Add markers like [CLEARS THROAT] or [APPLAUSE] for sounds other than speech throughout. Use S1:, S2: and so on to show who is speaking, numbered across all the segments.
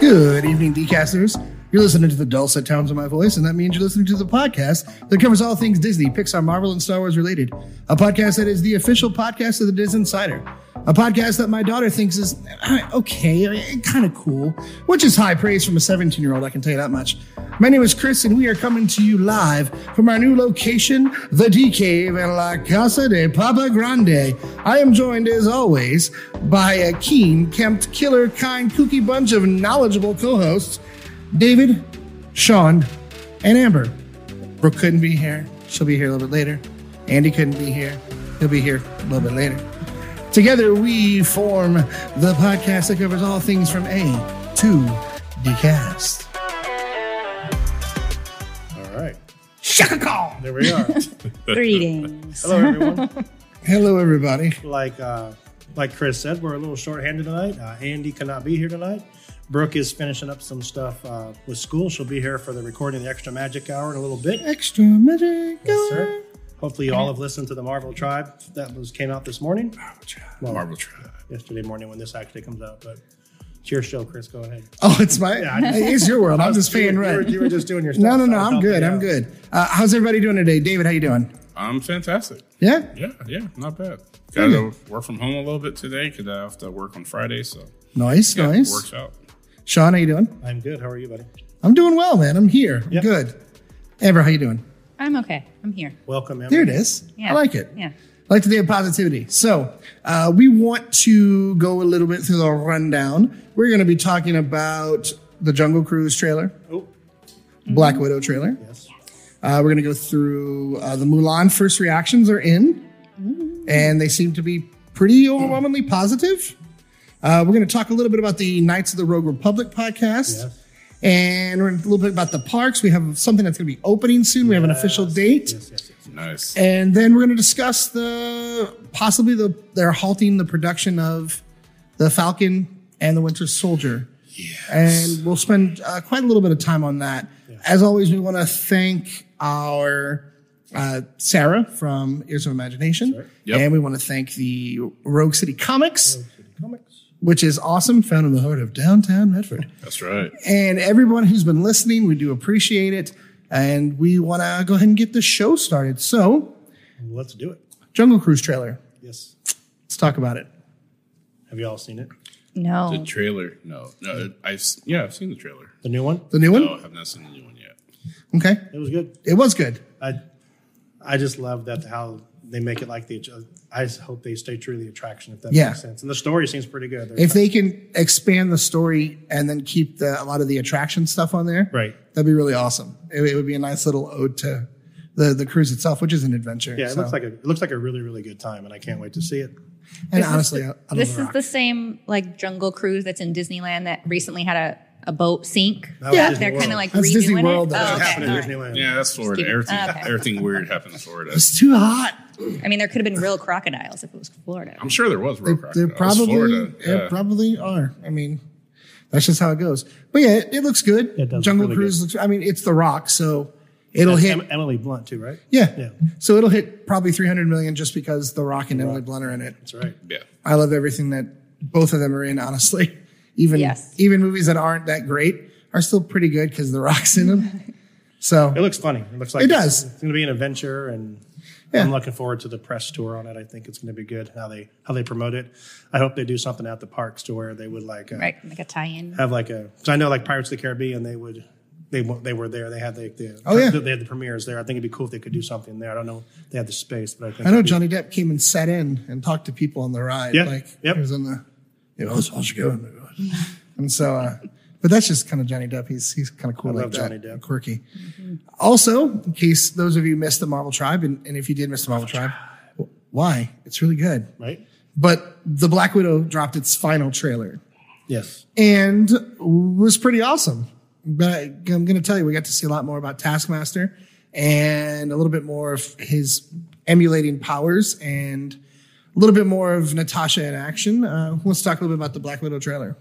S1: Good evening, Dcasters. You're listening to the dulcet tones of my voice, and that means you're listening to the podcast that covers all things Disney, Pixar, Marvel, and Star Wars related. A podcast that is the official podcast of the Diz Insider. A podcast that my daughter thinks is uh, okay, kind of cool, which is high praise from a 17 year old, I can tell you that much. My name is Chris, and we are coming to you live from our new location, the D Cave in La Casa de Papa Grande. I am joined, as always, by a keen, kempt, killer, kind, kooky bunch of knowledgeable co hosts. David, Sean, and Amber. Brooke couldn't be here. She'll be here a little bit later. Andy couldn't be here. He'll be here a little bit later. Together, we form the podcast that covers all things from A to Decast.
S2: All right,
S1: Shaka Khan!
S2: there we are.
S3: Greetings.
S2: Hello, everyone.
S1: Hello, everybody.
S2: Like uh, like Chris said, we're a little short-handed tonight. Uh, Andy cannot be here tonight. Brooke is finishing up some stuff uh, with school. She'll be here for the recording of the Extra Magic Hour in a little bit.
S1: Extra magic.
S2: Yes, sir. Hopefully, you all have listened to the Marvel Tribe that was came out this morning, Well,
S4: Marvel Tribe.
S2: yesterday morning when this actually comes out. But it's your show, Chris. Go ahead.
S1: Oh, it's my.
S2: Yeah, I-
S1: hey, it's your world. I'm just paying
S2: you, were-
S1: rent.
S2: You were just doing your stuff.
S1: No, no,
S2: so
S1: no.
S2: I was
S1: I'm good.
S2: helping
S1: I'm
S2: you out.
S1: good. Uh, how's everybody doing today, David? How you doing?
S4: I'm fantastic.
S1: Yeah.
S4: Yeah, yeah, not bad. Got to work from home a little bit today because I have to work on Friday, so
S1: Nice,
S4: yeah, it
S1: nice.
S4: works out.
S1: Sean, how you doing?
S2: I'm good. How are you, buddy?
S1: I'm doing well, man. I'm here. I'm
S2: Yep.
S1: good. Amber, how you doing?
S3: I'm okay. I'm here.
S2: Welcome, Emma.
S1: There it is. I like it.
S3: Yeah.
S1: I like the day of positivity. So uh, we want to go a little bit through the rundown. We're going to be talking about the Jungle Cruise trailer,
S2: Oh,
S3: Mm-hmm.
S1: Black Widow trailer.
S2: yes.
S1: Uh, we're going to go through uh, the Mulan first reactions are in, and they seem to be pretty overwhelmingly positive. Uh, we're going to talk a little bit about the Knights of the Rogue Republic podcast.
S2: Yes.
S1: And we're a little bit about the parks. We have something that's going to be opening soon. We have an official date.
S2: Yes, yes, yes.
S4: Nice.
S1: And then we're going to discuss the possibly the they're halting the production of the Falcon and the Winter Soldier. And we'll spend uh, quite a little bit of time on that. As always, we want to thank our uh, Sarah from Ears of Imagination,
S4: Yep.
S1: and we want to thank the Rogue City Comics,
S2: Comics.
S1: which is awesome, found in the heart of downtown Medford
S4: That's right.
S1: and everyone who's been listening. We do appreciate it. And we want to go ahead and get the show started. So,
S2: Let's do it.
S1: Jungle Cruise trailer.
S2: Yes.
S1: Let's talk about it.
S2: Have you all seen it?
S4: The
S3: No.
S4: trailer? No, no. I've s- yeah, I've seen the trailer.
S2: The new one?
S1: The new
S4: No, I
S1: one?
S4: have not seen the new one yet.
S1: Okay.
S2: It was good.
S1: It was good.
S2: I I just love that how they make it like the. I just hope they stay true to the attraction, if that
S1: Yeah.
S2: makes sense. And the story seems pretty good. They're
S1: If they can expand the story and then keep the, a lot of the attraction stuff on there,
S2: Right.
S1: that'd be really awesome. It, it would be a nice little ode to the, the cruise itself, which is an adventure.
S2: yeah, it
S1: So-
S2: looks like a it looks like a really really good time, and I can't wait to see it.
S1: and honestly, I, I
S3: This is the same like jungle cruise that's in Disneyland that recently had a, a boat sink.
S2: That was
S1: Yeah.
S2: Disney
S3: They're kind of
S2: World.
S3: like
S1: That's
S3: redoing
S1: Disney World,
S3: it.
S1: though.
S3: Oh,
S2: It
S3: okay.
S2: happened in
S3: All right.
S2: Disneyland.
S4: Yeah, that's Florida.
S3: keep it-
S4: Everything,
S3: okay.
S4: [LAUGHS] everything weird happened in Florida.
S1: It's too hot.
S3: I mean, there could have been real crocodiles if it was Florida.
S4: I'm sure there was rock
S1: They're probably,
S4: Florida.
S1: there
S4: Yeah.
S1: probably are. I mean, that's just how it goes. But yeah, it, it looks good.
S2: It does
S1: Jungle
S2: look really
S1: Cruise looks. I mean, it's The Rock, so it'll
S2: That's
S1: hit.
S2: Em- Emily Blunt too, right?
S1: yeah.
S2: Yeah.
S1: so it'll hit probably 300 million just because The Rock and Emily Blunt are in it.
S2: That's right.
S4: yeah.
S1: I love everything that both of them are in. Honestly, [LAUGHS] even
S3: Yes.
S1: even movies that aren't that great are still pretty good because The Rock's in them. So
S2: It looks funny. It looks like
S1: It
S2: it's-
S1: does.
S2: It's going to be an adventure, and
S1: Yeah.
S2: I'm looking forward to the press tour on it. I think it's going to be good how they how they promote it. I hope they do something at the parks to where they would like uh,
S3: Right. Like a tie in.
S2: have like a. So I know like Pirates of the Caribbean, they would they wa- they were there. They had the, the
S1: Oh, yeah.
S2: they had the premieres there. I think it'd be cool if they could do something there. I don't know if they had the space, but I think
S1: I know
S2: it'd be-
S1: Johnny Depp came and sat in and talked to people on the ride.
S2: Yeah,
S1: Like
S2: yep.
S1: he was on the you know, how's, how's it going? [LAUGHS] And so uh but that's just kind of Johnny Depp. He's he's kind of cool like
S2: love
S1: that,
S2: Johnny Depp.
S1: quirky. Also, in case those of you missed the Marvel Tribe, and, and if you did miss the Marvel Tribe, w- why? It's really good.
S2: right.
S1: But the Black Widow dropped its final trailer
S2: Yes,
S1: and was pretty awesome. But I, am going to tell you, we got to see a lot more about Taskmaster and a little bit more of his emulating powers and a little bit more of Natasha in action. Uh, let's talk a little bit about the Black Widow trailer.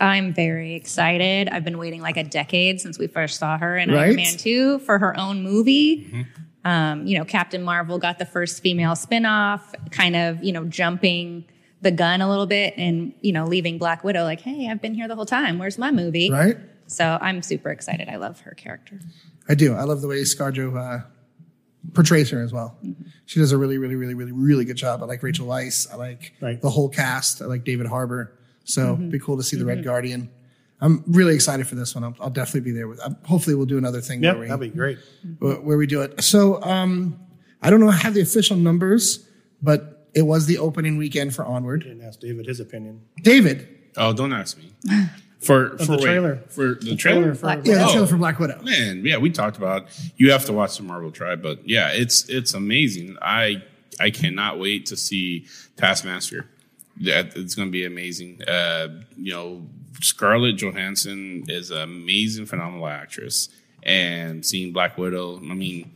S3: I'm very excited. I've been waiting like a decade since we first saw her in
S1: Right?
S3: Iron Man 2 for her own movie.
S4: Mm-hmm.
S3: Um, you know, Captain Marvel got the first female spin-off, kind of, you know, jumping the gun a little bit and, you know, leaving Black Widow like, hey, I've been here the whole time. Where's my movie?
S1: right?
S3: So I'm super excited. I love her character.
S1: I do. I love the way ScarJo uh, portrays her as well. She does a really, really, really, really, really good job. I like Rachel Weisz. I like
S2: Right.
S1: the whole cast. I like David Harbour. So it'd be cool to see the Red Guardian. I'm really excited for this one. I'll, I'll definitely be there. With, um, hopefully, we'll do another thing
S2: Yeah,
S1: where,
S2: that'd
S1: we,
S2: be great.
S1: where where we do it. So um, I don't know. I have the official numbers, but it was the opening weekend for Onward.
S2: Didn't ask David his opinion.
S1: David,
S4: Oh, don't ask me. For for
S2: the
S4: wait,
S2: trailer.
S4: for the, trailer.
S2: for
S3: Black
S1: yeah, the
S4: Oh.
S1: trailer for Black Widow.
S4: Man, yeah, we talked about you have to watch the Marvel Tribe, but yeah, it's it's amazing. I I cannot wait to see Taskmaster. That it's going to be amazing. Uh, you know, Scarlett Johansson is an amazing, phenomenal actress, and seeing Black Widow. I mean,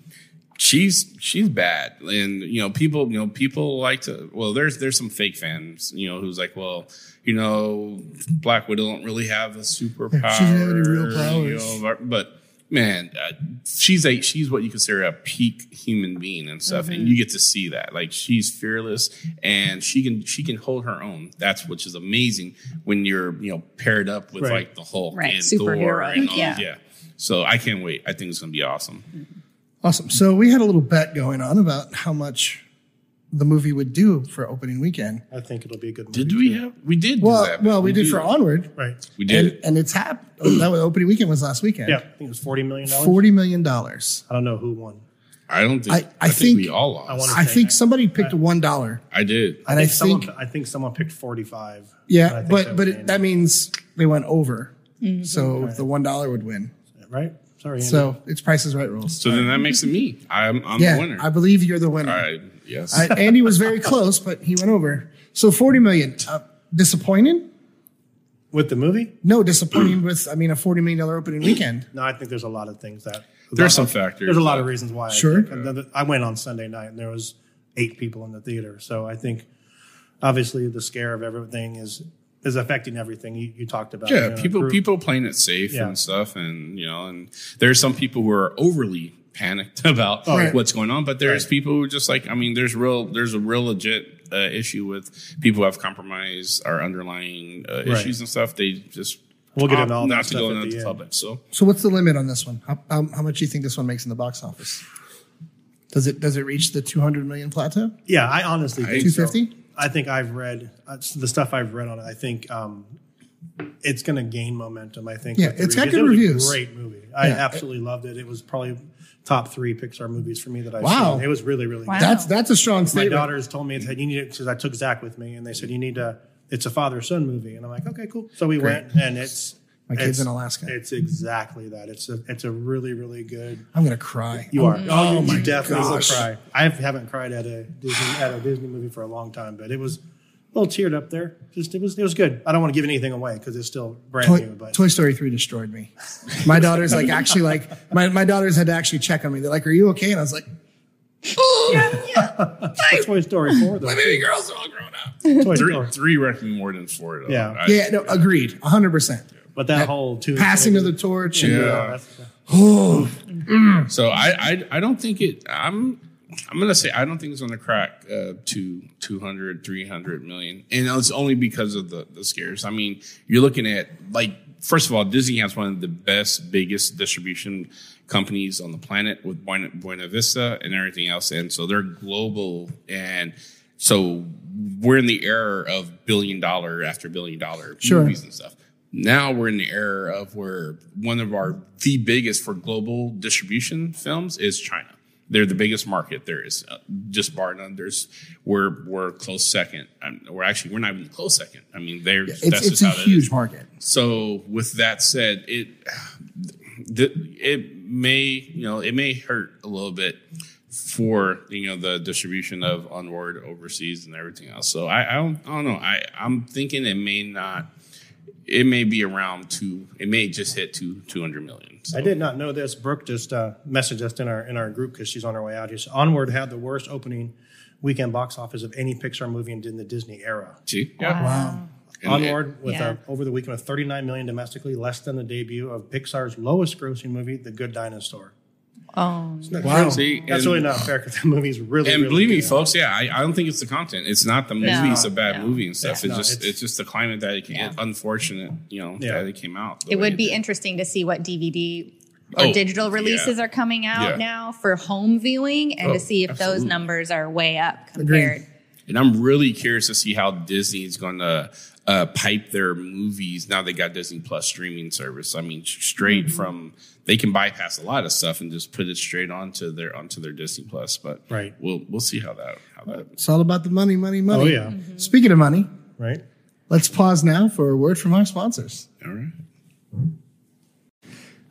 S4: she's she's bad and you know people you know people like to well there's there's some fake fans you know who's like well you know black widow don't really have a superpower
S1: doesn't have any real
S4: you
S1: powers.
S4: know, but man uh, she's a she's what you consider a peak human being and stuff
S3: Mm-hmm.
S4: and you get to see that like she's fearless and she can she can hold her own that's which is amazing when you're you know paired up with
S2: Right.
S4: like the Hulk
S3: Right,
S4: and Thor
S3: superhero.
S4: and
S3: [LAUGHS]
S4: all
S3: Yeah.
S4: yeah. yeah so I can't wait I think it's gonna be awesome
S1: Mm-hmm. Awesome. So we had a little bet going on about how much the movie would do for opening weekend.
S2: I think it'll be a good movie.
S4: Did we have? We did.
S1: Well,
S4: do that.
S1: well, we did for Onward,
S2: Right.
S4: We
S1: and,
S4: did.
S1: and it's happened. That was opening weekend was last weekend.
S2: Yeah, I think it was $40 million.
S1: forty million dollars.
S2: I don't know who won.
S4: I don't think.
S1: I-
S4: I,
S1: I
S4: think,
S1: think-
S4: we all
S2: I
S4: lost.
S2: wanna-
S1: I think somebody picked one dollar,
S4: I, did.
S1: and I
S2: someone,
S1: think
S2: I think someone picked 45. and I
S1: yeah,
S2: think
S1: but but
S2: was
S1: it, that means they went over, so the one dollar would win.
S2: Andy. right? Sorry, Andy.
S1: So it's Price is Right rules.
S4: So then that makes it me. I'm I'm
S1: yeah,
S4: the winner.
S1: I believe you're the winner.
S4: all right. Yes.
S1: Uh, Andy was very close, but he went over. So forty million. Uh, disappointing?
S2: with the movie?
S1: No, disappointing. with I mean a forty million dollar opening weekend.
S2: No, I think there's a lot of things that
S4: There's some factors.
S2: There's a lot of reasons why. I
S1: Sure.
S2: think. Another- I went on Sunday night and there was eight people in the theater, so I think obviously the scare of everything is is affecting everything you, you talked about.
S4: Yeah,
S2: you know,
S4: people
S2: group-
S4: people playing it safe
S2: Yeah.
S4: and stuff, and you know, and there's some people who are overly panicked [LAUGHS] about
S1: Right.
S4: what's going on, but
S2: Oh,
S4: there's
S2: Right.
S4: people who are just like, I mean, there's real, there's a real legit uh, issue with people who have compromised our underlying uh, issues and stuff. They just
S2: We'll get
S4: opt
S2: into all that
S4: not to
S2: stuff
S4: go
S2: at
S4: into
S2: the
S4: the
S2: end.
S4: public. So
S1: So what's the limit on this one? How, how, how much do you think this one makes in the box office? Does it does it reach the 200 million plateau?
S2: Yeah, I honestly think so.
S1: 250?
S2: I think I've read uh, the stuff I've read on it. I think um, it's going to gain momentum. I think.
S1: Yeah,
S2: with the
S1: it's got
S2: It
S1: good
S2: was a
S1: reviews.
S2: great movie. I
S1: Yeah.
S2: absolutely loved it. It was probably top three Pixar movies for me that I've
S1: Wow.
S2: seen. It was really, really.
S3: Wow.
S2: good.
S1: That's that's a strong
S2: My
S1: statement.
S2: daughters told me that you need it because I took Zach with me, and they said you need to. It's a father son movie, and I'm like, okay, cool. So we went, and it's
S1: My kid's
S2: it's-
S1: in Alaska.
S2: It's exactly that. It's a it's a really really good.
S1: I'm gonna cry.
S2: You are. Oh, you
S1: my
S2: definitely will
S1: gosh.
S2: cry. I haven't cried at a Disney at a Disney movie for a long time, but it was a little teared up there. Just it was it was good. I don't want to give anything away because it's still brand
S1: Toy,
S2: new. But
S1: Toy Story 3 destroyed me. My daughters like actually like my, my daughters had to actually check on me. They're like, "Are you okay?" And I was like,
S2: Toy Story Four though.
S4: baby girls are all grown up.
S2: Toy [LAUGHS] Story.
S4: three, three wrecked me more than four. Though.
S2: Yeah.
S4: I-
S1: "Yeah, no, agreed, 100." percent
S2: But that whole two
S1: Passing of the torch. and-
S4: Yeah.
S2: that's-
S1: Oh,
S4: So I, I I don't think it. I'm I'm gonna say I don't think it's gonna crack uh, to 200, 300 million, and it's only because of the the scares. I mean, you're looking at like first of all, Disney has one of the best, biggest distribution companies on the planet with Buena, Buena Vista and everything else, and so they're global and. So we're in the era of billion dollar after billion dollar
S1: Sure.
S4: movies and stuff. Now we're in the era of where one of our the biggest for global distribution films is China. They're the biggest market there is, uh, just bar none. There's we're we're close second. Um, we're actually we're not even close second. I mean, they're that's
S1: it's it's
S4: just
S1: a
S4: how that is.
S1: huge market.
S4: So with that said, it th- it may you know it may hurt a little bit for you know the distribution of onward overseas and everything else. So I, I don't I don't know. I I'm thinking it may not. It may be around two. It may just hit two two hundred million. So
S2: I did not know this. Brooke just uh, messaged us in our in our group because she's on her way out. Here. So Onward had the worst opening weekend box office of any Pixar movie in the Disney era.
S4: see, yeah.
S1: Wow.
S4: And
S2: Onward with
S3: Yeah.
S2: uh over the weekend with 39 million domestically, less than the debut of Pixar's lowest grossing movie, The Good Dinosaur.
S3: Oh,
S1: Wow.
S4: See,
S2: That's
S4: and-
S2: really not fair because the movie's really.
S4: And
S2: really
S4: believe me,
S2: good.
S4: folks, yeah, I, I don't think it's the content. It's not the movie;
S3: No,
S4: it's a bad
S3: no.
S4: movie and stuff.
S2: Yeah,
S4: it's
S2: no,
S4: just
S2: it's-
S4: it's, just the climate that it can.
S3: Yeah.
S4: Unfortunate, you know,
S2: Yeah.
S4: that it came out. the
S3: it
S4: way
S3: would
S4: it
S3: be
S4: did.
S3: interesting to see what DVD or
S4: Oh,
S3: digital releases are coming out
S4: Yeah.
S3: now for home viewing and
S4: Oh,
S3: to see if those
S4: absolutely.
S3: numbers are way up
S1: Agreed.
S3: compared.
S4: And I'm really curious to see how Disney is going to uh, pipe their movies now they got Disney Plus streaming service. I mean, sh- straight
S3: Mm-hmm.
S4: from they can bypass a lot of stuff and just put it straight onto their onto their Disney Plus. But
S2: Right.
S4: we'll we'll see how that how that.
S1: It's all about the money, money, money.
S2: Oh yeah,
S1: Speaking of money,
S2: right.
S1: let's pause now for a word from our sponsors.
S4: All right.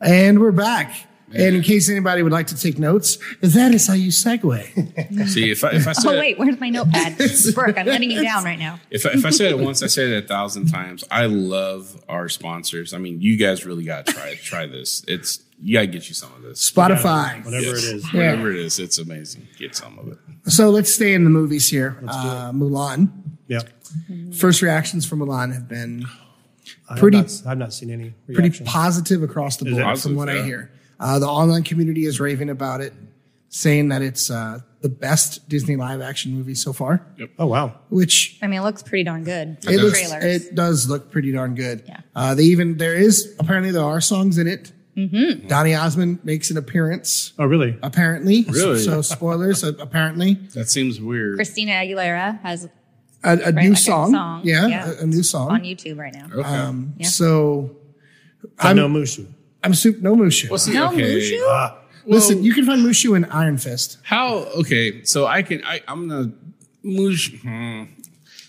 S1: And we're back. And in case anybody would like to take notes, that is how you segue.
S4: See if I if I
S3: [LAUGHS]
S4: said
S3: Oh
S4: it-
S3: wait, where's my notepad,
S1: [LAUGHS]
S3: Brooke? I'm letting you down right now.
S4: If I, if I said it once, I said it a thousand times. I love our sponsors. I mean, you guys really got to try try this. It's you got to get you some of this.
S1: Spotify.
S2: Whatever
S4: Yes.
S2: it is.
S4: whatever it is, it's amazing. Get some of it.
S1: So let's stay in the movies here. Uh, Mulan.
S2: Yeah.
S1: First reactions from Mulan have been
S2: I have
S1: Pretty-
S2: not- I've not seen any.
S1: pretty
S2: Reaction.
S1: positive across the
S2: it?
S1: board, from
S4: Positive,
S1: what I
S4: yeah.
S1: hear. Uh, the online community is raving about it, saying that it's uh, the best Disney live action movie so far.
S2: oh wow.
S1: Which
S3: I mean, it looks pretty darn good.
S1: it
S3: the
S1: looks,
S3: trailers.
S1: it does look pretty darn good.
S3: Yeah.
S1: Uh, they even there is apparently there are songs in it. Mm-hmm. Donny Osmond makes an appearance.
S2: Oh really?
S4: Uh,
S1: Apparently,
S4: Really?
S1: So spoilers. uh, apparently,
S4: That seems weird.
S3: Christina Aguilera has
S1: a, a new
S3: like a
S1: song.
S3: song,
S1: Yeah,
S3: yeah.
S1: A, a new song.
S3: on YouTube right now.
S4: okay.
S1: Um,
S3: Yeah.
S1: So
S2: i
S1: I'm
S2: no Mushu.
S1: I'm soup no Mushu.
S4: Well, see,
S3: No
S4: okay.
S3: Mushu?
S2: Ah,
S1: Listen, you can find Mushu in Iron Fist.
S4: How okay? So I can. I, I'm gonna move. Hmm.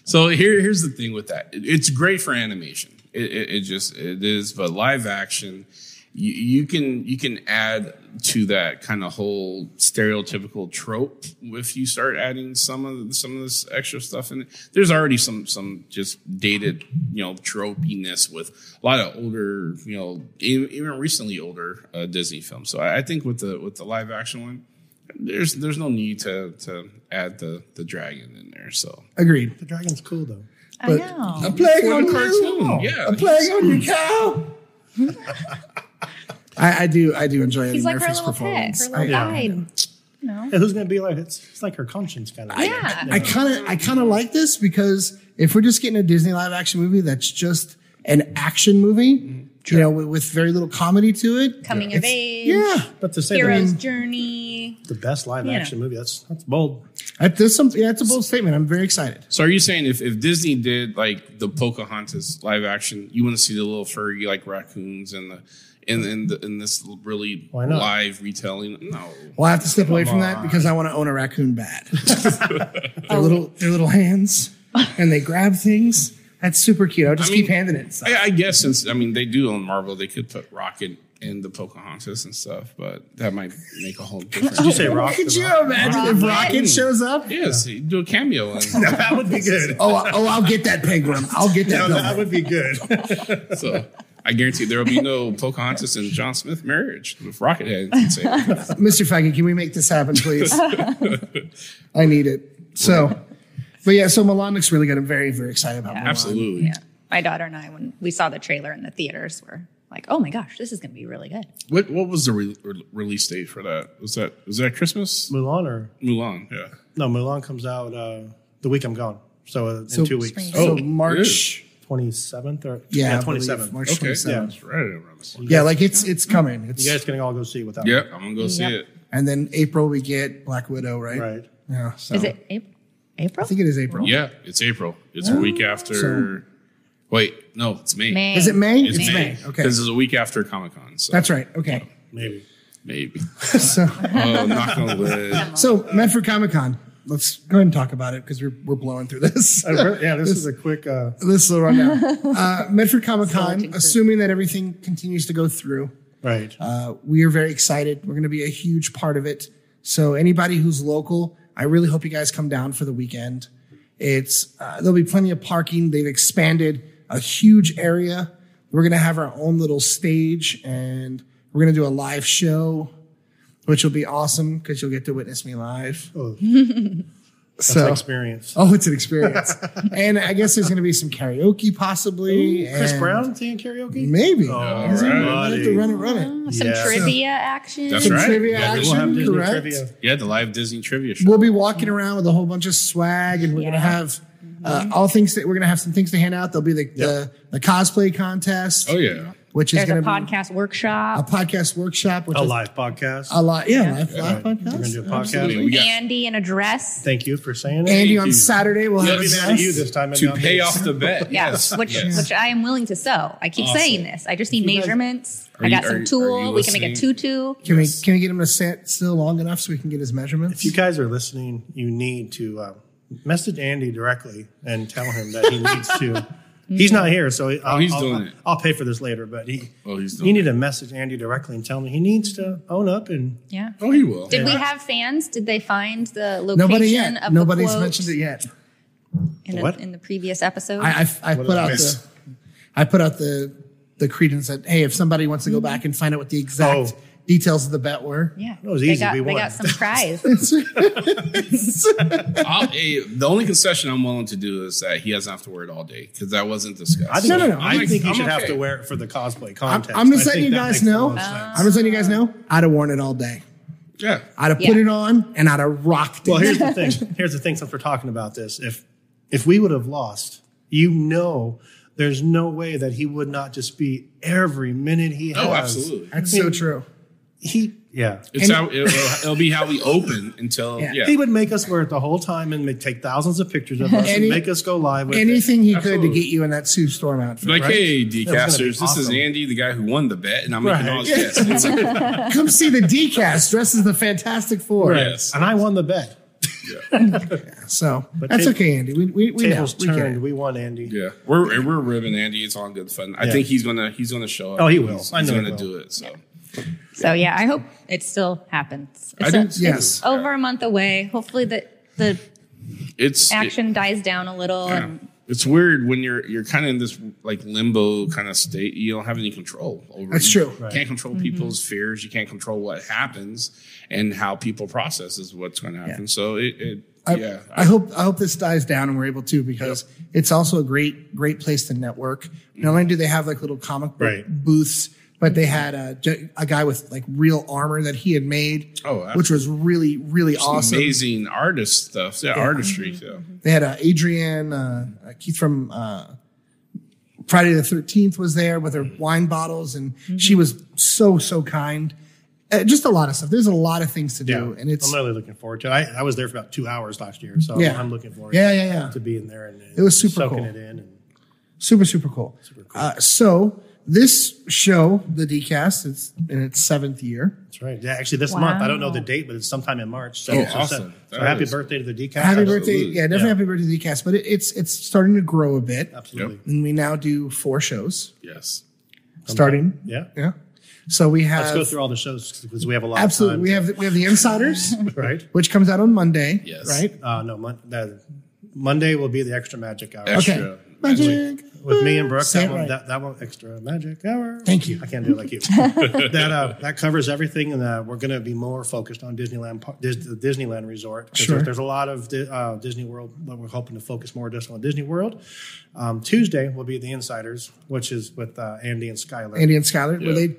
S4: So here, here's the thing with that. It- It's great for animation. It, it, it just it is, but live action, you, you can you can add to that kind of whole stereotypical trope if you start adding some of the, some of this extra stuff in it. There's already some some just dated you know tropiness with a lot of older you know e- even recently older uh, Disney films. So I, I think with the with the live action one, there's there's no need to to add the the dragon in there. So
S1: Agreed.
S2: the dragon's cool though.
S3: I
S1: But-
S3: know.
S1: plague
S4: For the
S2: Oh,
S4: cartoon, yeah.
S1: plague on your
S3: [LAUGHS]
S1: cow. I, I do. I do enjoy Eddie
S3: He's like her
S1: Murphy's
S3: little pet,
S1: performance.
S3: her little
S2: Yeah.
S3: guide. You know?
S2: Yeah, who's gonna be like it's, it's like her conscience kind of. thing.
S3: Yeah.
S1: I kind of, I kind of like this because if we're just getting a Disney live action movie that's just an action movie, you know, with, with very little comedy to it,
S3: Coming of
S1: it's-
S3: age.
S1: Yeah,
S2: But to say
S3: Hero's
S2: that
S3: journey.
S2: the best live
S3: Yeah.
S2: action movie, that's that's bold.
S1: I, there's some. Yeah, it's a bold statement. I'm very excited.
S4: so are you saying if, if Disney did like the Pocahontas live action, you want to see the little furry like raccoons and the in in the, in this really
S2: Why not?
S4: live retelling? No,
S1: Well, I have to step away from that
S4: on.
S1: because I want to own a raccoon bad. [LAUGHS] their little, their little hands, and they grab things. That's super cute. I'll just
S4: I mean,
S1: keep handing it.
S4: I, I guess since I mean they do own Marvel, they could put Rocket in the Pocahontas and stuff, but that might make a whole difference.
S2: Did you say rock?
S1: Could
S2: the
S1: you
S2: rock?
S1: imagine if Rocket shows up?
S4: Yes, do a cameo. And,
S2: [LAUGHS] That would be good.
S1: Oh, I- oh, I'll get that penguin. I'll get that.
S2: No,
S1: penguin.
S2: that would be good. [LAUGHS]
S4: So I guarantee there will be no Pocahontas and John Smith marriage with Rocket Head.
S2: [LAUGHS]
S4: and Sam.
S1: Mr. Faggy, can we make this happen,
S4: [LAUGHS]
S1: please? I need it. So, but yeah, so Milan looks really good. I'm very, very excited about Milan.
S4: Absolutely.
S3: Yeah. My daughter and I, when we saw the trailer in the theaters, were like, oh my gosh, this is going to be really good.
S4: What what was the re- re- release date for that? Was that was that Christmas?
S2: Mulan or
S4: Mulan. Yeah.
S2: no? Mulan comes out uh, the week I'm gone, so uh, in
S1: So-
S2: two weeks,
S1: So
S4: Oh,
S1: March,
S2: twenty seventh or
S1: yeah, I
S2: twenty
S1: believe,
S2: seventh.
S1: March
S4: Okay.
S1: twenty
S4: Yeah.
S1: seventh.
S4: It's uh, right around the corner.
S1: Yeah. like it's it's coming. It's,
S2: You guys can all go see without.
S4: Yep. I'm gonna go see
S3: Yep.
S4: it.
S1: and then April we get Black Widow, right?
S2: Right.
S1: Yeah. So
S3: Is it April? April?
S1: Oh. I think it is April.
S4: Yeah. It's April. It's
S1: Oh,
S4: a week after. Wait, no, it's May.
S3: May.
S1: Is it May?
S4: It's May.
S1: Okay.
S4: Because it's a week after Comic Con. So
S1: That's right. Okay.
S2: Maybe.
S4: maybe.
S1: So,
S4: Oh, knock on
S3: [LAUGHS]
S4: wood.
S1: so Medford Comic Con. Let's go ahead and talk about it because we're we're blowing through this.
S2: I Uh, re- yeah, this is a quick. Uh,
S1: [LAUGHS] this little
S4: [LAUGHS]
S1: rundown. Uh, Medford Comic Con,
S3: Skeleton crew.
S1: assuming that everything continues to go through,
S2: right.
S1: uh, we are very excited. We're going to be a huge part of it. So anybody who's local, I really hope you guys come down for the weekend. It's uh, there'll be plenty of parking. They've expanded a huge area. We're going to have our own little stage, and we're going to do a live [LAUGHS] show, which will be awesome because you'll get to witness me live.
S2: Oh. That's
S1: so
S2: an experience.
S1: oh, it's an
S2: [LAUGHS]
S1: experience. and I guess there's going to be some karaoke, possibly.
S2: Chris
S1: and
S2: Brown singing karaoke?
S1: maybe.
S2: Oh,
S1: I'll have to
S2: buddy.
S1: run it, run it.
S3: Mm, Some
S2: Yeah.
S3: trivia action.
S4: That's
S1: Some
S4: right.
S1: trivia
S4: Yeah,
S1: action,
S4: we'll
S2: We'll have Disney
S1: correct?
S2: trivia.
S4: Yeah, the live Disney trivia show.
S1: We'll be walking around with a whole bunch of swag, and we're gonna
S3: Yeah.
S1: have
S3: Mm-hmm.
S1: uh, all things that we're gonna have some things to hand out. There'll be the the, the cosplay contest,
S4: oh yeah.
S1: which is
S3: There's a
S1: gonna be
S3: podcast
S1: a
S3: workshop.
S1: podcast workshop, which
S2: A
S1: is
S2: live podcast.
S1: a lot, yeah, live, live
S2: We're
S1: podcast.
S2: going to do a
S4: Absolutely.
S2: podcast.
S4: We got-
S3: Andy in a dress.
S2: Thank you for saying it.
S1: Andy
S4: Thank
S1: on
S4: you.
S1: Saturday will
S4: Yeah,
S1: have a
S2: I'll be
S4: Yes.
S2: mad at you
S1: mask.
S2: this time. and
S4: To
S2: not
S4: pay
S2: me.
S4: off the bet.
S3: Yeah,
S4: Yes.
S3: which
S4: yes.
S3: which I am willing to sew. I keep
S4: Awesome.
S3: saying this. I just need
S1: you guys-
S3: measurements.
S4: Are
S3: I
S4: you-
S3: got
S4: are
S3: some
S4: you- are
S3: tool.
S4: you
S3: We can make a
S4: listening?
S3: tutu.
S1: Can
S4: Yes.
S1: we can we get him to sit still long enough so we can get his measurements?
S2: If you guys are listening, you need to uh, message Andy directly and tell him that he needs [LAUGHS] to. He's not here, so I'll,
S4: Oh, he's
S2: I'll,
S4: doing it.
S2: I'll pay for this later. But he,
S4: Oh, he's doing
S2: you need to message Andy directly and tell him he needs to own up and
S3: Yeah.
S4: Oh, he will.
S3: Did we have fans? Did they find the location
S1: Nobody yet.
S3: of
S1: Nobody's
S3: the quote
S1: mentioned it yet.
S3: in, a-
S2: What?
S3: in the previous episode?
S1: I, I, I
S2: What
S1: put
S2: did I
S1: out
S2: miss?
S1: the I put out the the credence that hey, if somebody wants to go back and find out what the exact
S2: Oh.
S1: details of the bet were,
S3: Mm-hmm. yeah.
S2: That was
S3: They
S2: easy.
S3: got,
S2: We
S3: they
S2: won.
S3: got some prize.
S4: I'll, eh, the only concession I'm willing to do is that he doesn't have to wear it all day because that wasn't discussed.
S2: I think,
S1: No, no, no.
S2: I
S4: I'm
S2: think
S4: like-
S2: you
S4: I'm
S2: should have
S4: okay.
S2: to wear it for the cosplay
S1: I'm,
S2: contest.
S1: I'm
S2: I
S1: just letting
S2: think
S1: you
S2: that
S1: guys
S2: makes the
S1: know.
S2: most
S4: Uh.
S2: sense.
S1: I'm just letting you guys know. I'd have worn it all day.
S4: yeah.
S1: I'd have
S3: Yeah.
S1: put it on and I'd have rocked it.
S2: Well, here's
S4: [LAUGHS]
S2: the thing. Here's the thing. Since we're talking about this, if if we would have lost, you know, there's no way that he would not just be every minute he has.
S4: Oh, absolutely.
S1: That's
S2: I
S1: so
S2: mean,
S1: true.
S2: He, yeah.
S4: It's how it'll, it'll be how we open until
S1: Yeah.
S4: yeah.
S2: He would make us wear it the whole time and make, take thousands
S1: [LAUGHS]
S2: of pictures of us
S1: Any-
S2: and make us go live with it.
S1: Anything he could to
S4: Absolutely.
S1: get you in that Sue Storm outfit.
S4: like,
S2: right?
S4: hey, D
S2: gonna be
S4: casters, this is
S2: awesome.
S4: Andy, the guy who won the bet, and I'm making all
S2: Right.
S4: his guesses.
S2: [LAUGHS]
S1: Come see the DCast dressed as the Fantastic Four.
S4: Right. Yes.
S2: And I won the bet.
S1: So that's
S2: ta-
S1: okay, Andy. We we, we know.
S2: Tables
S1: We
S2: turned.
S1: get it.
S2: We won, Andy.
S4: Yeah, we're and we're ribbing Andy. It's all in good fun. I
S2: Yeah.
S4: think he's gonna he's gonna show up.
S2: Oh, he will.
S4: He's,
S2: I know
S4: he's
S2: he
S4: gonna
S2: will.
S4: do it. So
S3: So yeah, I hope it still happens.
S4: I
S3: It's
S4: do.
S3: a-
S4: too.
S1: Yes.
S3: over a month away. Hopefully the the
S4: it's
S3: action dies down a little
S4: it-
S3: and
S4: it's weird when you're you're kind of in this like limbo kind of state. You don't have any control over.
S1: That's
S4: you
S1: true. Right.
S4: Can't control
S3: Mm-hmm.
S4: people's fears. You can't control what happens and how people process is what's going to happen. So it, it
S1: I,
S4: yeah.
S1: I hope I hope this dies down and we're able to because it's also a great great place to network. Not only do they have like little comic book
S2: Right.
S1: booths, but they had a, ge- a guy with like real armor that he had made,
S4: Oh, wow.
S1: which was really really awesome.
S4: Amazing artist stuff. Yeah, artistry.
S3: Mm-hmm.
S4: So
S1: They had uh, Adrian uh, uh, Keith from uh, Friday the Thirteenth was there with her wine bottles, and she was so so kind. Uh, just a lot of stuff. There's a lot of things to do, and it's
S2: I'm really looking forward to it. I, I was there for about two hours last year, so
S1: Yeah.
S2: I'm looking forward
S1: Yeah, yeah, yeah.
S2: to being there and, and
S1: It was super
S2: soaking
S1: cool.
S2: it in. And,
S1: super super cool. Uh, so this show, the DCast, is in its seventh year.
S2: That's right. Yeah, actually, this month I don't know
S3: Wow.
S2: the date, but it's sometime in March. So,
S4: Oh,
S2: so-
S4: awesome.
S2: so
S4: That
S2: happy
S4: is-
S2: birthday to the decaf.
S1: Happy
S2: Absolutely.
S1: birthday! Yeah, definitely happy birthday to DCast, but it, it's it's starting to grow a bit,
S2: Absolutely.
S1: and we now do four shows
S3: Mm-hmm.
S4: yes.
S1: starting.
S2: Yeah.
S1: Yeah, so we have
S2: Let's go through all the shows because we have a lot.
S1: absolutely
S2: Of
S1: we
S2: time,
S1: have we have the
S2: [LAUGHS]
S1: Insiders,
S2: right.
S1: which comes out on Monday.
S4: Yes.
S1: right.
S2: Uh, no, mon- that, Monday will be the extra magic hour
S4: Extra.
S1: Okay.
S4: Magic.
S2: with me and Brooke.
S1: Say it
S2: That one,
S1: right.
S2: that, that one, extra magic hour.
S1: Thank you.
S2: I can't do it
S1: [LAUGHS]
S2: like you. that uh, that covers everything, and uh, we're going to be more focused on Disneyland, par- Dis- the Disneyland Resort. 'cause
S1: Sure.
S2: There's, there's a lot of Di- uh, Disney World, but we're hoping to focus more just on Disney World. Um, Tuesday will be the Insiders, which is with uh, Andy and Skylar.
S1: Andy and Skylar, where
S4: Yeah.
S1: they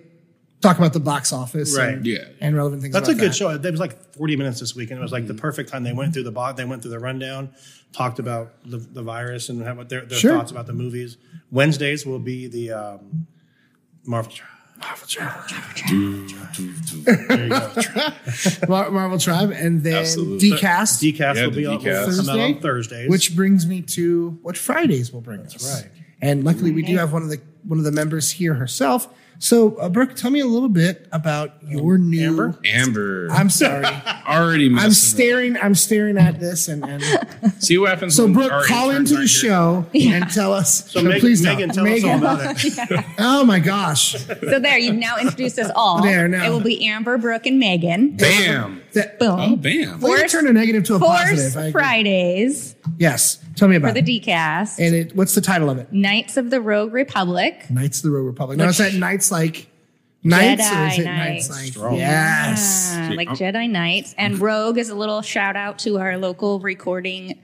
S1: talk about the box office,
S2: Right.
S1: And,
S4: Yeah.
S1: and relevant things.
S2: That's a
S1: about
S2: good
S1: that. Mm-hmm.
S2: show. It was like 40 minutes this week, and it was like the perfect time. They went through the bot, they went through the rundown, talked about the, the virus and how, what their, their
S1: Sure.
S2: thoughts about the movies. Wednesdays will be the um, Marvel.
S4: Do, do, do.
S2: There you
S4: [LAUGHS]
S2: go.
S1: Mar- Marvel Tribe, and then
S4: Absolutely.
S1: Decast,
S2: Decaf
S4: Yeah,
S2: will
S4: the
S2: be on, will
S4: Decaf.
S2: come out on Thursdays.
S1: which brings me to what Fridays will bring us.
S2: right.
S1: And luckily, we do have one of the one of the members here herself. So, uh, Brooke, tell me a little bit about your new.
S2: Amber?
S4: Amber
S1: I'm
S2: [LAUGHS]
S1: sorry.
S4: already.
S1: I'm
S4: messing up.
S1: staring. I'm staring at this, and,
S2: [LAUGHS]
S1: and
S4: See what happens.
S1: so
S4: when
S1: Brooke,
S4: our
S1: call
S4: interns
S1: into the
S4: aren't
S1: show
S4: here.
S1: and tell us.
S2: so
S1: no,
S2: Meg-
S1: please don't.
S2: Megan, tell us all about it.
S1: Oh my gosh!
S3: so there you've now introduced us all.
S1: There, now.
S3: It will be Amber, Brooke, and Megan.
S4: Bam.
S1: That,
S3: Boom.
S4: Oh, bam.
S1: Way to
S3: Force-
S1: turn a negative to a
S3: Force
S1: positive. I agree.
S3: Fridays
S1: Yes. Tell me
S3: for
S1: about
S3: the
S1: it.
S3: decast.
S1: and it, what's the title of it?
S3: Knights of the Rogue Republic.
S1: Knights of the Road Republic. Now, is that Knights like Knights or is
S3: Jedi
S1: it Knights?
S3: Knights.
S1: Like,
S2: Strong.
S1: Yes.
S3: Ah,
S4: See,
S3: like
S4: I'm-
S3: Jedi Knights. And
S4: Mm-hmm.
S3: Rogue is a little shout out to our local recording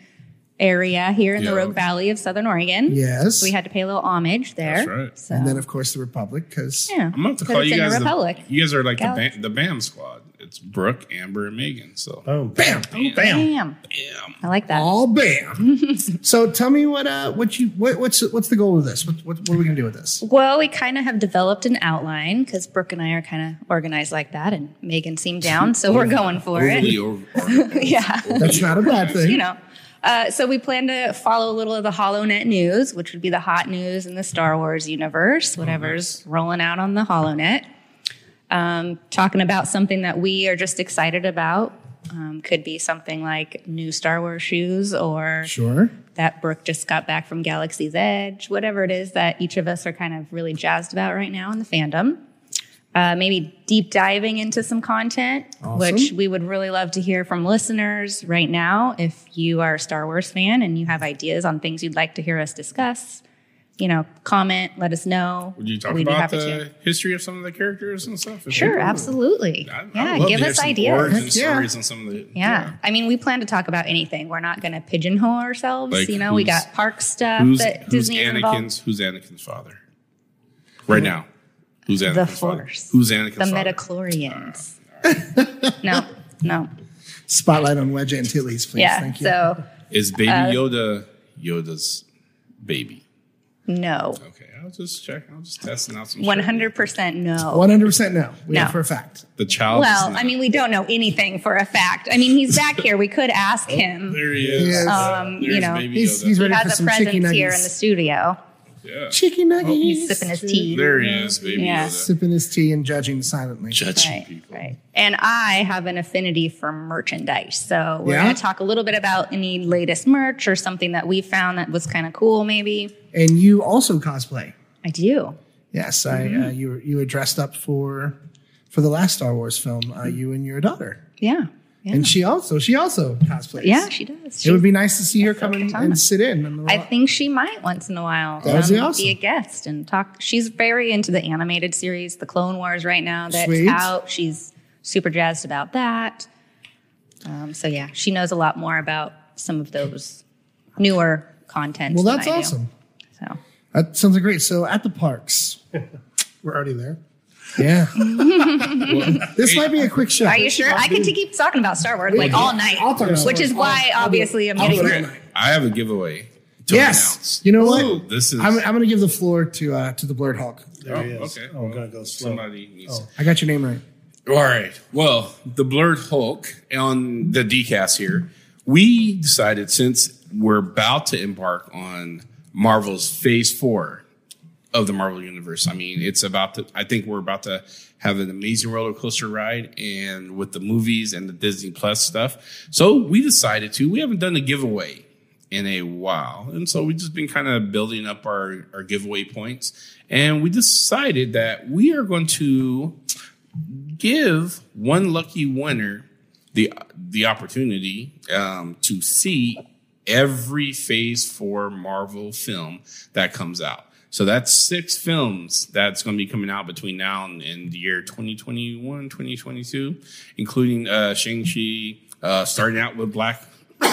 S3: area here in the
S4: Yeah.
S3: Rogue Valley of Southern Oregon.
S1: Yes.
S3: So we had to pay a little homage there.
S4: That's right.
S3: So,
S1: and then, of course, the Republic, because
S3: yeah.
S4: I'm about to
S3: 'Cause
S4: call
S3: it's
S4: you
S3: in the
S4: guys.
S3: Republic.
S4: The, you guys are like the
S3: Galaxy.
S4: bam, the BAM squad. It's Brooke, Amber, and Megan. So
S2: Boom.
S1: bam,
S2: Bam.
S3: Damn.
S4: bam.
S3: I like that.
S1: all bam.
S3: [LAUGHS]
S1: so tell me what uh what you what, what's what's the goal of this? What, what what are we gonna do with this?
S3: Well, we kind of have developed an outline because Brooke and I are kind of organized like that, and Megan seemed down, so we're going for
S4: Overly
S3: it.
S4: over,
S3: [LAUGHS]
S4: or-
S3: Yeah.
S1: That's not a
S3: [LAUGHS]
S1: bad thing.
S3: you know. Uh, so we plan to follow a little of the HoloNet news, which would be the hot news in the Star Wars
S1: Oh,
S3: universe, whatever's rolling out on the HoloNet. Um, talking about something that we are just excited about. Um, could be something like new Star Wars shoes or
S1: Sure.
S3: that Brooke just got back from Galaxy's Edge, whatever it is that each of us are kind of really jazzed about right now in the fandom. Uh, maybe deep diving into some content, which we would really love to hear from listeners right now. If you are a Star Wars fan and you have ideas on things you'd like to hear us discuss, you know, comment, let us know.
S4: Would you talk
S3: We'd be
S4: about
S3: happy
S4: the
S3: to.
S4: history of some of the characters and stuff? If
S3: Sure,
S4: you-
S3: absolutely.
S4: I- I would
S3: yeah,
S4: love
S3: give
S4: to hear
S3: us
S4: some
S3: ideas.
S4: Origin
S1: Heck yeah.
S4: stories on some of the
S3: Yeah. I mean, we plan to talk about anything. We're not going to pigeonhole ourselves.
S4: Like
S3: you know, we
S4: who's-
S3: got park stuff
S4: Who's,
S3: that
S4: who's
S3: Disney is involved.
S4: Anakin's? Who's Anakin's father? Right now, who's
S3: Force.
S4: Anakin's father? Who's Anakin's
S3: the
S4: father?
S3: Metachlorians. no, no.
S1: Spotlight on Wedge Antilles, please.
S3: yeah.
S1: Thank you.
S3: So
S4: Is Baby
S3: uh,
S4: Yoda Yoda's baby?
S3: no,
S4: Okay, I'll just check. I'll just testing out some. shit.
S3: one hundred percent no.
S1: One hundred percent no. We
S3: No.
S1: know for a fact.
S4: The child. is
S3: Well,
S4: not-
S3: I mean, we don't know anything for a fact. I mean, he's back here. We could ask him.
S4: there he is.
S1: He is.
S3: Um, you
S4: There's
S3: know,
S4: Baby
S1: He's,
S4: Yoda.
S1: he's ready for
S3: Has a
S1: some chicken
S3: presence here in the
S1: nuggets.
S3: studio.
S4: yeah.
S1: Chicken nuggets.
S3: He's sipping his tea.
S4: There he is, Baby
S3: Yeah.
S4: Yoda.
S1: Sipping his tea and judging silently.
S4: Judging
S3: Right,
S4: people.
S3: right. And I have an affinity for merchandise. So we're
S1: Yeah?
S3: going to talk a little bit about any latest merch or something that we found that was kind of cool, maybe.
S1: and you also cosplay.
S3: I do.
S1: Yes,
S4: Mm-hmm.
S1: I. Uh, you were- you were dressed up for for the last Star Wars film. Uh,
S4: Mm-hmm.
S1: you and your daughter,
S3: Yeah. Yeah.
S1: and she also she also cosplays.
S3: yeah, she does.
S1: it
S3: She's
S1: would be nice to see her come
S3: so
S1: in
S3: katana.
S1: and sit in. on the
S3: I
S1: ro-
S3: think she might once in a while um,
S1: That would be awesome.
S3: be a guest and talk. She's very into the animated series, The Clone Wars, right now that's
S1: Sweet.
S3: out. She's super jazzed about that. Um, so yeah, she knows a lot more about some of those newer contents.
S1: well,
S3: than
S1: that's
S3: I do.
S1: awesome.
S3: So
S1: That sounds great. So at the
S4: [LAUGHS]
S1: parks,
S2: We're already there.
S1: yeah. [LAUGHS] this might be a quick shot.
S3: are you sure? I could keep talking about Star Wars like all night,
S1: I'll talk about
S3: which
S1: Star
S3: is
S1: Wars.
S3: why obviously I'm getting.
S1: Okay.
S3: hurt.
S4: Okay, I have a giveaway. To
S1: Yes.
S4: Announce.
S1: You know what?
S4: This is.
S1: I'm, I'm going to give the floor to uh, to the blurred Hulk.
S2: There he is.
S4: Okay.
S2: Oh, I'm gonna go slow.
S4: Somebody needs.
S1: I got your name right.
S4: All right. Well, the blurred Hulk on the decast here. We decided since we're about to embark on Marvel's Phase Four of the Marvel Universe. I mean, it's about to. I think we're about to have an amazing roller coaster ride, and with the movies and the Disney Plus stuff. So we decided to. We haven't done a giveaway in a while. And so we've just been kind of building up our, our giveaway points. And we decided that we are going to give one lucky winner the the opportunity um, to see every Phase Four Marvel film that comes out. So that's six films that's going to be coming out between now and, and the year 2021, 2022, including uh, Shang-Chi, uh, starting out with Black. [COUGHS]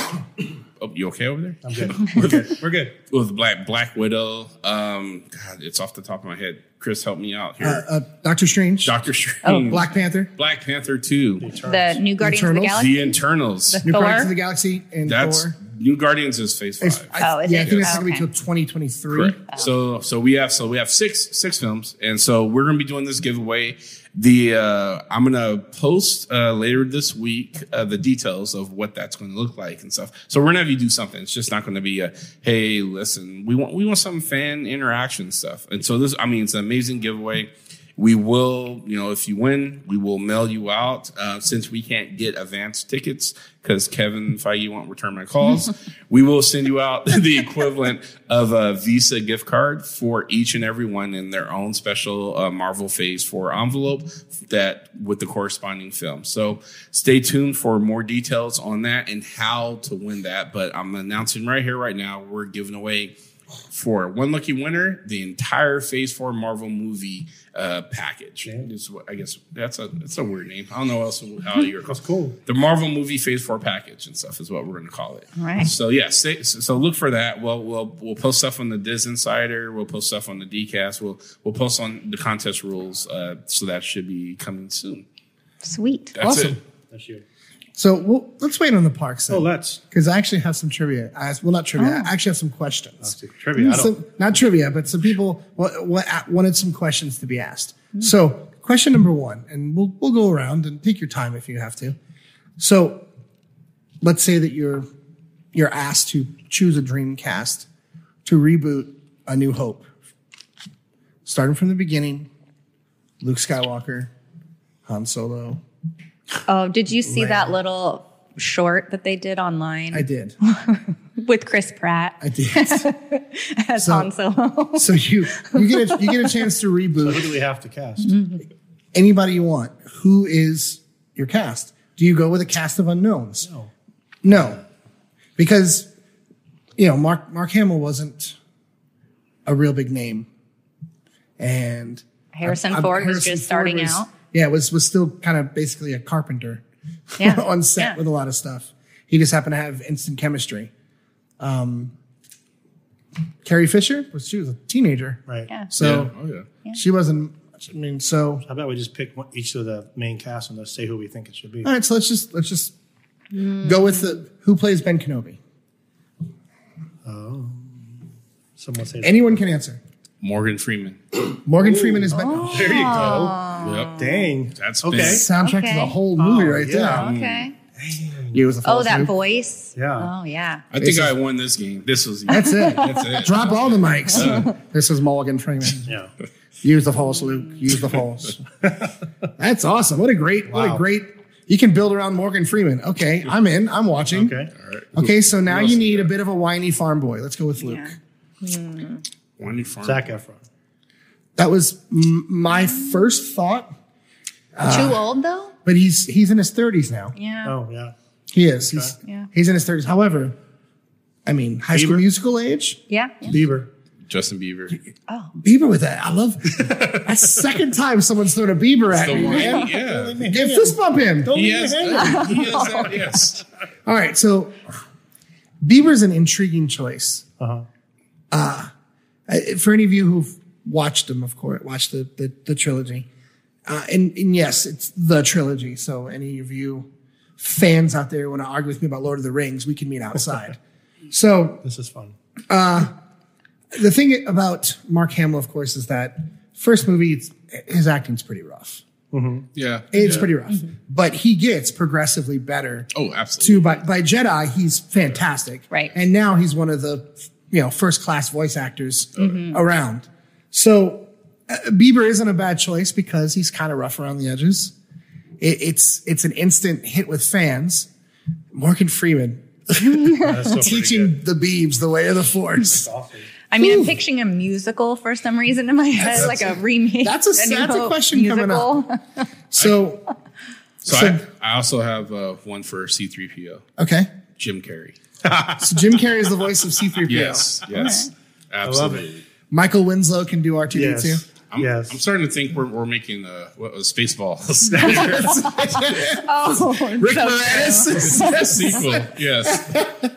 S4: oh, you okay over there?
S2: I'm good. We're good. We're good.
S4: With Black Black Widow. Um, God, it's off the top of my head. Chris, help me out here.
S1: Uh, uh, Doctor Strange,
S4: Doctor Strange.
S1: Black Panther,
S4: Black Panther 2.
S3: The new Guardians of
S1: Eternals?
S3: the Galaxy.
S4: The Internals.
S1: New
S3: Thor.
S1: Guardians of the Galaxy, and
S4: That's
S1: Thor.
S4: New Guardians is Phase Five.
S1: It's-
S3: Oh, is
S1: yeah, I
S3: it?
S1: think that's going
S3: Okay.
S1: to be till 2023.
S4: Correct. So so we have so we have six six films, and so we're gonna be doing this giveaway. The uh, I'm gonna post uh, later this week uh, the details of what that's going to look like and stuff. So we're gonna have you do something. It's just not gonna be a hey, listen, we want we want some fan interaction stuff. And so this, I mean, it's an amazing giveaway. We will, you know, if you win, we will mail you out. Uh, since we can't get advance tickets because Kevin Feige won't return my calls, we will send you out [LAUGHS] the equivalent of a Visa gift card for each and every one in their own special uh, Marvel Phase Four envelope that with the corresponding film. So stay tuned for more details on that and how to win that. But I'm announcing right here, right now, we're giving away for one lucky winner, the entire Phase Four Marvel movie uh, package.
S2: Yeah.
S4: Is what- I guess that's a that's a weird name. I don't know else how you're
S2: That's cool.
S4: the Marvel movie Phase Four package and stuff is what we're going to call it.
S3: All right.
S4: So yeah, stay, so so look for that. We'll we'll we'll post stuff on the Diz Insider. We'll post stuff on the DCast. We'll we'll post on the contest rules. Uh, so that should be coming soon.
S3: Sweet.
S4: That's
S1: Awesome.
S4: it.
S2: That's you.
S1: So well, let's wait on the parks.
S2: Oh,
S1: Then.
S2: let's
S1: because I actually have some trivia. I, well, not trivia. I actually have some questions.
S2: see. Trivia, I
S1: Some- not trivia, but some people wa- wa- wanted some questions to be asked. So, question number one, and we'll we'll go around and take your time if you have to. So, let's say that you're you're asked to choose a dream cast to reboot A New Hope, starting from the beginning. Luke Skywalker, Han Solo.
S3: Oh, did you see that little short that they did online
S1: I did.
S3: with Chris Pratt
S1: I did. [LAUGHS]
S3: as
S1: so-
S3: Han Solo?
S1: so you you get a, you get a chance to reboot.
S2: Who do we have to cast?
S1: anybody you want. Who is your cast? Do you go with a cast of unknowns?
S2: No.
S1: No, because you know Mark Mark Hamill wasn't a real big name, and
S3: Harrison
S1: um,
S3: Ford was
S1: Harrison
S3: just
S1: Ford
S3: starting
S1: was-
S3: out.
S1: Yeah, was was still kind of basically a carpenter
S3: Yeah.
S1: [LAUGHS] on set
S3: Yeah.
S1: with a lot of stuff. He just happened to have instant chemistry. Um, Carrie Fisher was she was a teenager,
S2: Right.
S3: Yeah.
S1: so
S4: Yeah. oh yeah.
S1: she wasn't. I mean, so
S2: How about we just pick one, each of the main cast and let's say who we think it should be?
S1: All right, so let's just let's just go with the who plays Ben Kenobi.
S2: Someone say.
S1: Anyone can answer.
S4: Morgan Freeman.
S1: Morgan Freeman is Ben.
S3: Oh,
S1: Kenobi.
S2: there you go.
S4: Yep.
S2: Dang.
S4: That's
S2: okay.
S4: big.
S1: Soundtrack to the
S3: Okay.
S1: whole movie right
S2: Oh, yeah.
S3: Okay.
S1: there. It Mm. was a
S3: Oh,
S1: false
S3: that
S1: move.
S3: voice.
S2: Yeah.
S3: Oh, yeah.
S4: I think I won this game. This was
S1: That's
S3: [LAUGHS]
S1: it.
S4: that's it.
S1: [LAUGHS] Drop all the mics. this is Morgan Freeman.
S2: Yeah.
S1: Use the false, Luke. Use the false. [LAUGHS] That's awesome. What a great, what a
S2: Wow.
S1: great. You can build around Morgan Freeman. Okay, I'm in. I'm watching.
S2: Okay.
S1: Okay, so now
S4: else
S1: you
S4: we
S1: need a bit of a whiny farm boy. Let's go with Luke.
S3: Yeah.
S4: Wendy Farm.
S2: Zac Efron.
S1: That was m- my first thought, Ah.
S3: Too old, though?
S1: but he's he's in his 30s now.
S3: Yeah.
S2: Oh yeah.
S1: He is. He's,
S3: Yeah.
S1: he's in his 30s. However, I mean, high school
S2: Bieber?
S1: musical age?
S3: Yeah. yeah.
S2: Bieber.
S4: Justin Bieber.
S3: Oh,
S1: Bieber with that. I love [LAUGHS] That's the second time someone's thrown a Bieber at [LAUGHS]
S4: The
S1: me.
S4: one.
S1: man.
S4: Yeah.
S1: Give fist bump him.
S4: He has that.
S1: [LAUGHS]
S4: He has that. Yes.
S1: All right. So Bieber's an intriguing choice. Uh,
S2: Uh-huh.
S1: I- For any of you who've watched him, of course, watched the, the, the trilogy. Uh, and, and yes, it's the trilogy. So any of you fans out there who want to argue with me about Lord of the Rings, we can meet
S2: [LAUGHS]
S1: outside. so
S2: This is fun.
S1: the thing about Mark Hamill, of course, is that first movie, it's, his acting's pretty rough.
S4: Yeah.
S1: It's
S4: Yeah.
S1: pretty rough, but he gets progressively better.
S4: Oh, absolutely.
S1: To by, by Jedi, he's fantastic,
S3: Right.
S1: And now he's one of the you know first class voice actors around. So uh, Bieber isn't a bad choice because he's kind of rough around the edges. It, it's it's an instant hit with fans. Morgan Freeman
S2: That's so pretty good.
S1: teaching the Beebs the way of the Force.
S2: Awesome.
S3: I mean,
S1: Ooh.
S3: I'm picturing a musical for some reason in my head, like a remake.
S1: that's a-
S3: New
S1: that's a
S3: Hope
S1: question coming up.
S3: musical. [LAUGHS]
S1: So
S4: So
S1: So-
S4: I, I also have uh, one for C3PO,
S1: okay,
S4: Jim Carrey.
S1: so Jim Carrey is the voice of C-3PO.
S4: Yes. Yes. Absolutely.
S1: Michael Winslow can do R2D2.
S2: Yes.
S4: I'm,
S2: yes.
S4: I'm starting to think we're, we're making uh, what was
S1: [LAUGHS]
S4: Spaceballs [LAUGHS]
S3: Oh,
S1: Rick
S3: so
S1: Moranis. [LAUGHS]
S4: the sequel. Yes,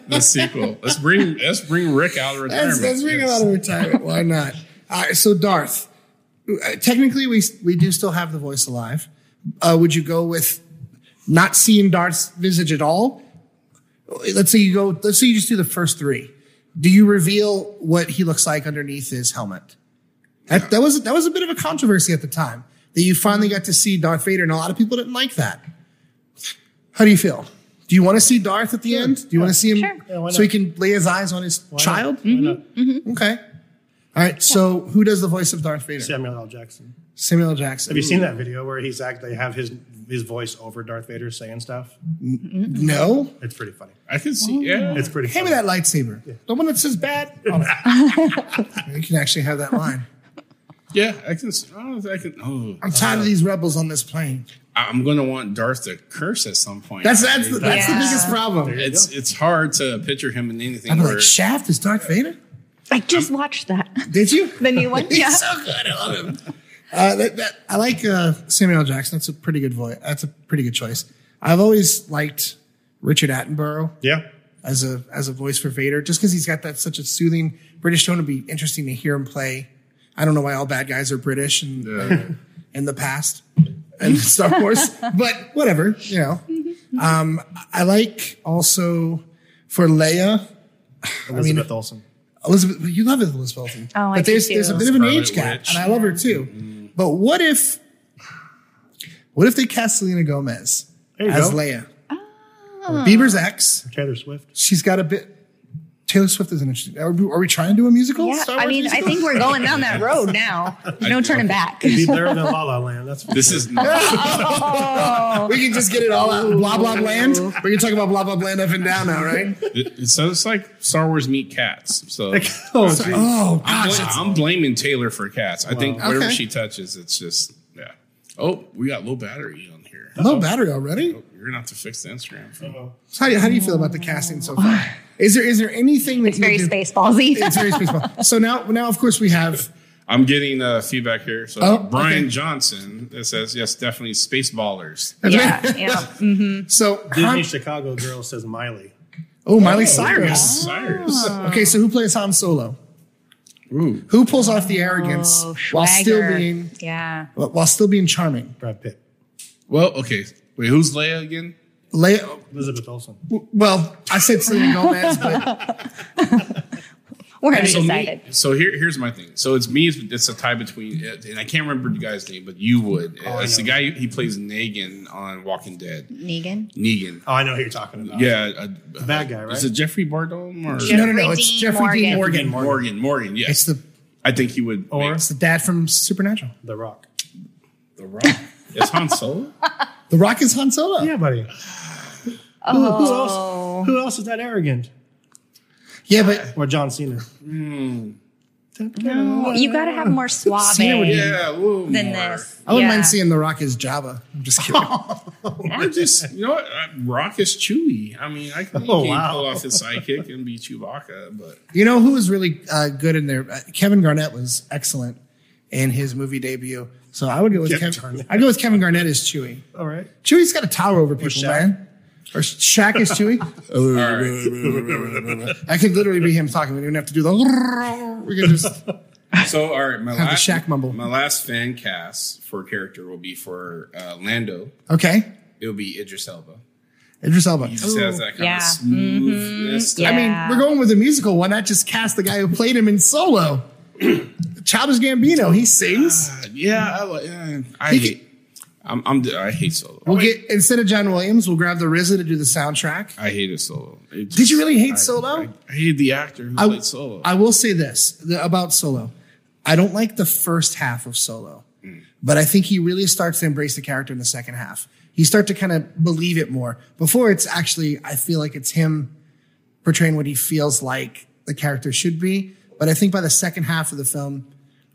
S4: the sequel. Let's bring let's bring Rick out of
S1: That's,
S4: retirement.
S1: that's bring him
S4: Yes.
S1: out of retirement. Why not? All right, so Darth, uh, technically we we do still have the voice alive. Uh, would you go with not seeing Darth's visage at all? Let's say you go. Let's say you just do the first three. Do you reveal what he looks like underneath his helmet? That, that was that was a bit of a controversy at the time that you finally got to see Darth Vader, and a lot of people didn't like that. How do you feel? Do you want to see Darth at the end? Do you want to see him
S3: Sure.
S2: Yeah, why
S1: so he
S2: not?
S1: can lay his eyes on his
S2: not?
S1: child?
S2: Why not?
S1: Okay. All right. So who does the voice of Darth Vader?
S2: Samuel L. Jackson.
S1: Samuel L. Jackson.
S2: Have you seen that video where he's act? They have his his voice over Darth Vader saying stuff.
S1: No.
S2: It's pretty funny.
S4: I can see.
S1: Oh.
S4: Yeah,
S2: It's pretty.
S1: Hand me
S2: funny.
S1: that lightsaber. The one that says
S2: [LAUGHS]
S1: bad.
S3: [LAUGHS]
S1: on it. you can actually have that line.
S4: yeah, I can. see- I don't know if I can. Oh,
S1: I'm
S2: Uh,
S1: tired of these rebels on this plane.
S4: I- I'm gonna want Darth to curse at some point.
S1: That's that's the, that's the
S3: Yeah.
S1: biggest problem.
S4: It's it's hard to picture him in anything.
S1: I'm
S4: where,
S1: like Shaft is Darth Vader. Um,
S3: I just watched that.
S1: Did you?
S3: The
S1: [LAUGHS]
S3: new one?
S1: He's
S3: [LAUGHS] Yeah.
S1: so good. I love him. Uh, that, that, I like uh, Samuel L. Jackson. That's a pretty good voice. That's a pretty good choice. I've always liked Richard Attenborough
S2: Yeah.
S1: as a as a voice for Vader, just because he's got that such a soothing British tone. It'd be interesting to hear him play. I don't know why all bad guys are British and [LAUGHS] in the past and [LAUGHS] Star Wars, but whatever, you know. Um, I like also for Leia.
S2: Elizabeth Olsen.
S1: Elizabeth, you love Elizabeth Bolton.
S3: Oh, I
S1: But
S3: do
S1: there's
S3: too.
S1: there's a bit of an
S4: Scarlet
S1: age gap,
S4: Witch.
S1: and I love her too.
S2: Mm-hmm.
S1: But what if, what if they cast Selena Gomez
S2: There you
S1: as
S2: go.
S1: Leia?
S3: Ah.
S1: Bieber's ex.
S2: Taylor Swift.
S1: She's got a bit. Taylor Swift is an interesting. Are we, are we trying to do a musical?
S3: Yeah,
S1: Star
S3: I
S1: Wars
S3: mean, I
S1: musical?
S3: think we're going down that
S1: [LAUGHS]
S3: road now. No turning back.
S2: Be better [LAUGHS] than La La Land. That's
S4: [LAUGHS] This is not
S1: we can just get it all out. Blah blah land. We can talk about blah blah land up and down now, right?
S3: [LAUGHS]
S4: it, it- so it's like Star Wars meet cats.
S1: [LAUGHS]
S2: [LAUGHS]
S4: So
S2: oh, geez.
S1: Oh
S4: I'm,
S1: gosh,
S4: bla- I'm blaming Taylor for cats. I think whatever
S1: Okay.
S4: she touches, it's just yeah. Oh, we got low battery on here.
S1: low battery already.
S4: You're gonna have to fix the Instagram. Phone.
S1: So how do you, how do you feel about the casting so far? Is there is there anything that
S3: It's
S1: you
S3: very
S1: do- [LAUGHS]
S3: spaceballsy.
S1: It's very spaceball. So now now of course we have
S4: I'm getting uh, feedball here. So
S1: Oh,
S4: Brian
S1: okay.
S4: Johnson that says yes, definitely space ballers.
S3: yeah,
S1: [LAUGHS]
S3: yeah.
S1: so
S2: Disney
S1: Han-
S2: Chicago girl says Miley.
S1: oh Miley Cyrus.
S4: Cyrus.
S1: Okay, so who plays Han Solo?
S4: Ooh.
S1: Who pulls off the arrogance
S3: Oh,
S1: while still
S3: swagger.
S1: being
S3: yeah.
S1: while still being charming?
S2: Brad Pitt.
S4: Well, okay. Wait, who's Leia again?
S1: Leia,
S2: Elizabeth Olsen.
S1: well, I said Selena Gomez, but
S3: We're undecided.
S4: me, so here, here's my thing. So it's me. It's, it's a tie between, uh, and I can't remember the guy's name, but you would.
S2: Oh, I
S4: it's the
S2: know.
S4: guy who- he plays Negan on Walking Dead.
S3: Negan.
S4: Negan.
S2: Oh, I know who you're talking about.
S4: Yeah, uh,
S2: bad guy, right?
S4: Is it Jeffrey Bardom or
S1: no, no, no, it's
S3: Jeffrey
S1: Jeffrey
S3: Dean
S1: Dean
S4: Morgan?
S1: Morgan.
S4: Morgan. Morgan. Yes,
S1: It's the
S4: I think he would.
S2: Or-
S4: make
S1: it's the dad from Supernatural.
S2: The Rock.
S4: the Rock. It's Han Solo.
S1: The Rock is Han Solo.
S2: Yeah,
S3: [SIGHS]
S2: buddy.
S3: Oh.
S2: Who, who else? Who else is that arrogant?
S1: Yeah, but
S2: Or John Cena? Hmm.
S1: Oh.
S3: No, you got to have more suave
S1: Cena would-
S4: yeah, a little
S3: than
S4: more.
S3: this.
S1: I wouldn't
S3: Yeah.
S1: mind seeing The Rock as Java. I'm
S3: [LAUGHS]
S1: just kidding.
S4: Or just you know, what? Uh, Rock is Chewy.
S2: [LAUGHS]
S4: I mean, I can,
S2: Oh,
S4: he can
S2: wow.
S4: pull off his sidekick and be
S2: [LAUGHS]
S4: Chewbacca, but
S1: You know who was really uh, good in there? Uh, Kevin Garnett was excellent in his movie debut. So I would go with
S2: Kevin
S1: Kevin.
S2: Garnett.
S1: I'd go with Kevin Garnett as Chewie.
S2: All right.
S1: Chewie's got a tower over people,
S2: Shaq.
S1: man. Or Shaq is
S2: [LAUGHS]
S1: Chewie. I could literally be him talking. We don't even have to do the. [LAUGHS] We can just.
S4: So, all right, my
S1: Have the
S4: last
S1: Shaq mumble.
S4: My last fan cast for character will be for uh, Lando.
S1: Okay.
S4: It'll be Idris Elba.
S1: Idris Elba.
S4: He just has that kind
S3: yeah.
S4: of smoothness. to-
S3: Mhm,
S1: I mean,
S3: Yeah.
S1: we're going with a musical. Why not just cast the guy who played him in Solo? [CLEARS THROAT] Childish Gambino. He sings.
S4: Uh, yeah, I, li- yeah, I
S1: He
S4: hate. I'm, I'm. I hate Solo.
S1: We'll get instead of John Williams, we'll grab the RZA to do the soundtrack.
S4: I hated Solo. It just-
S1: Did you really hate
S4: I-
S1: Solo?
S4: I, I hated the actor who
S1: I,
S4: played Solo.
S1: I will say this the, about Solo. I don't like the first half of Solo, but I think he really starts to embrace the character in the second half. You start to kind of believe it more. Before it's actually, I feel like it's him portraying what he feels like the character should be. But I think by the second half of the film,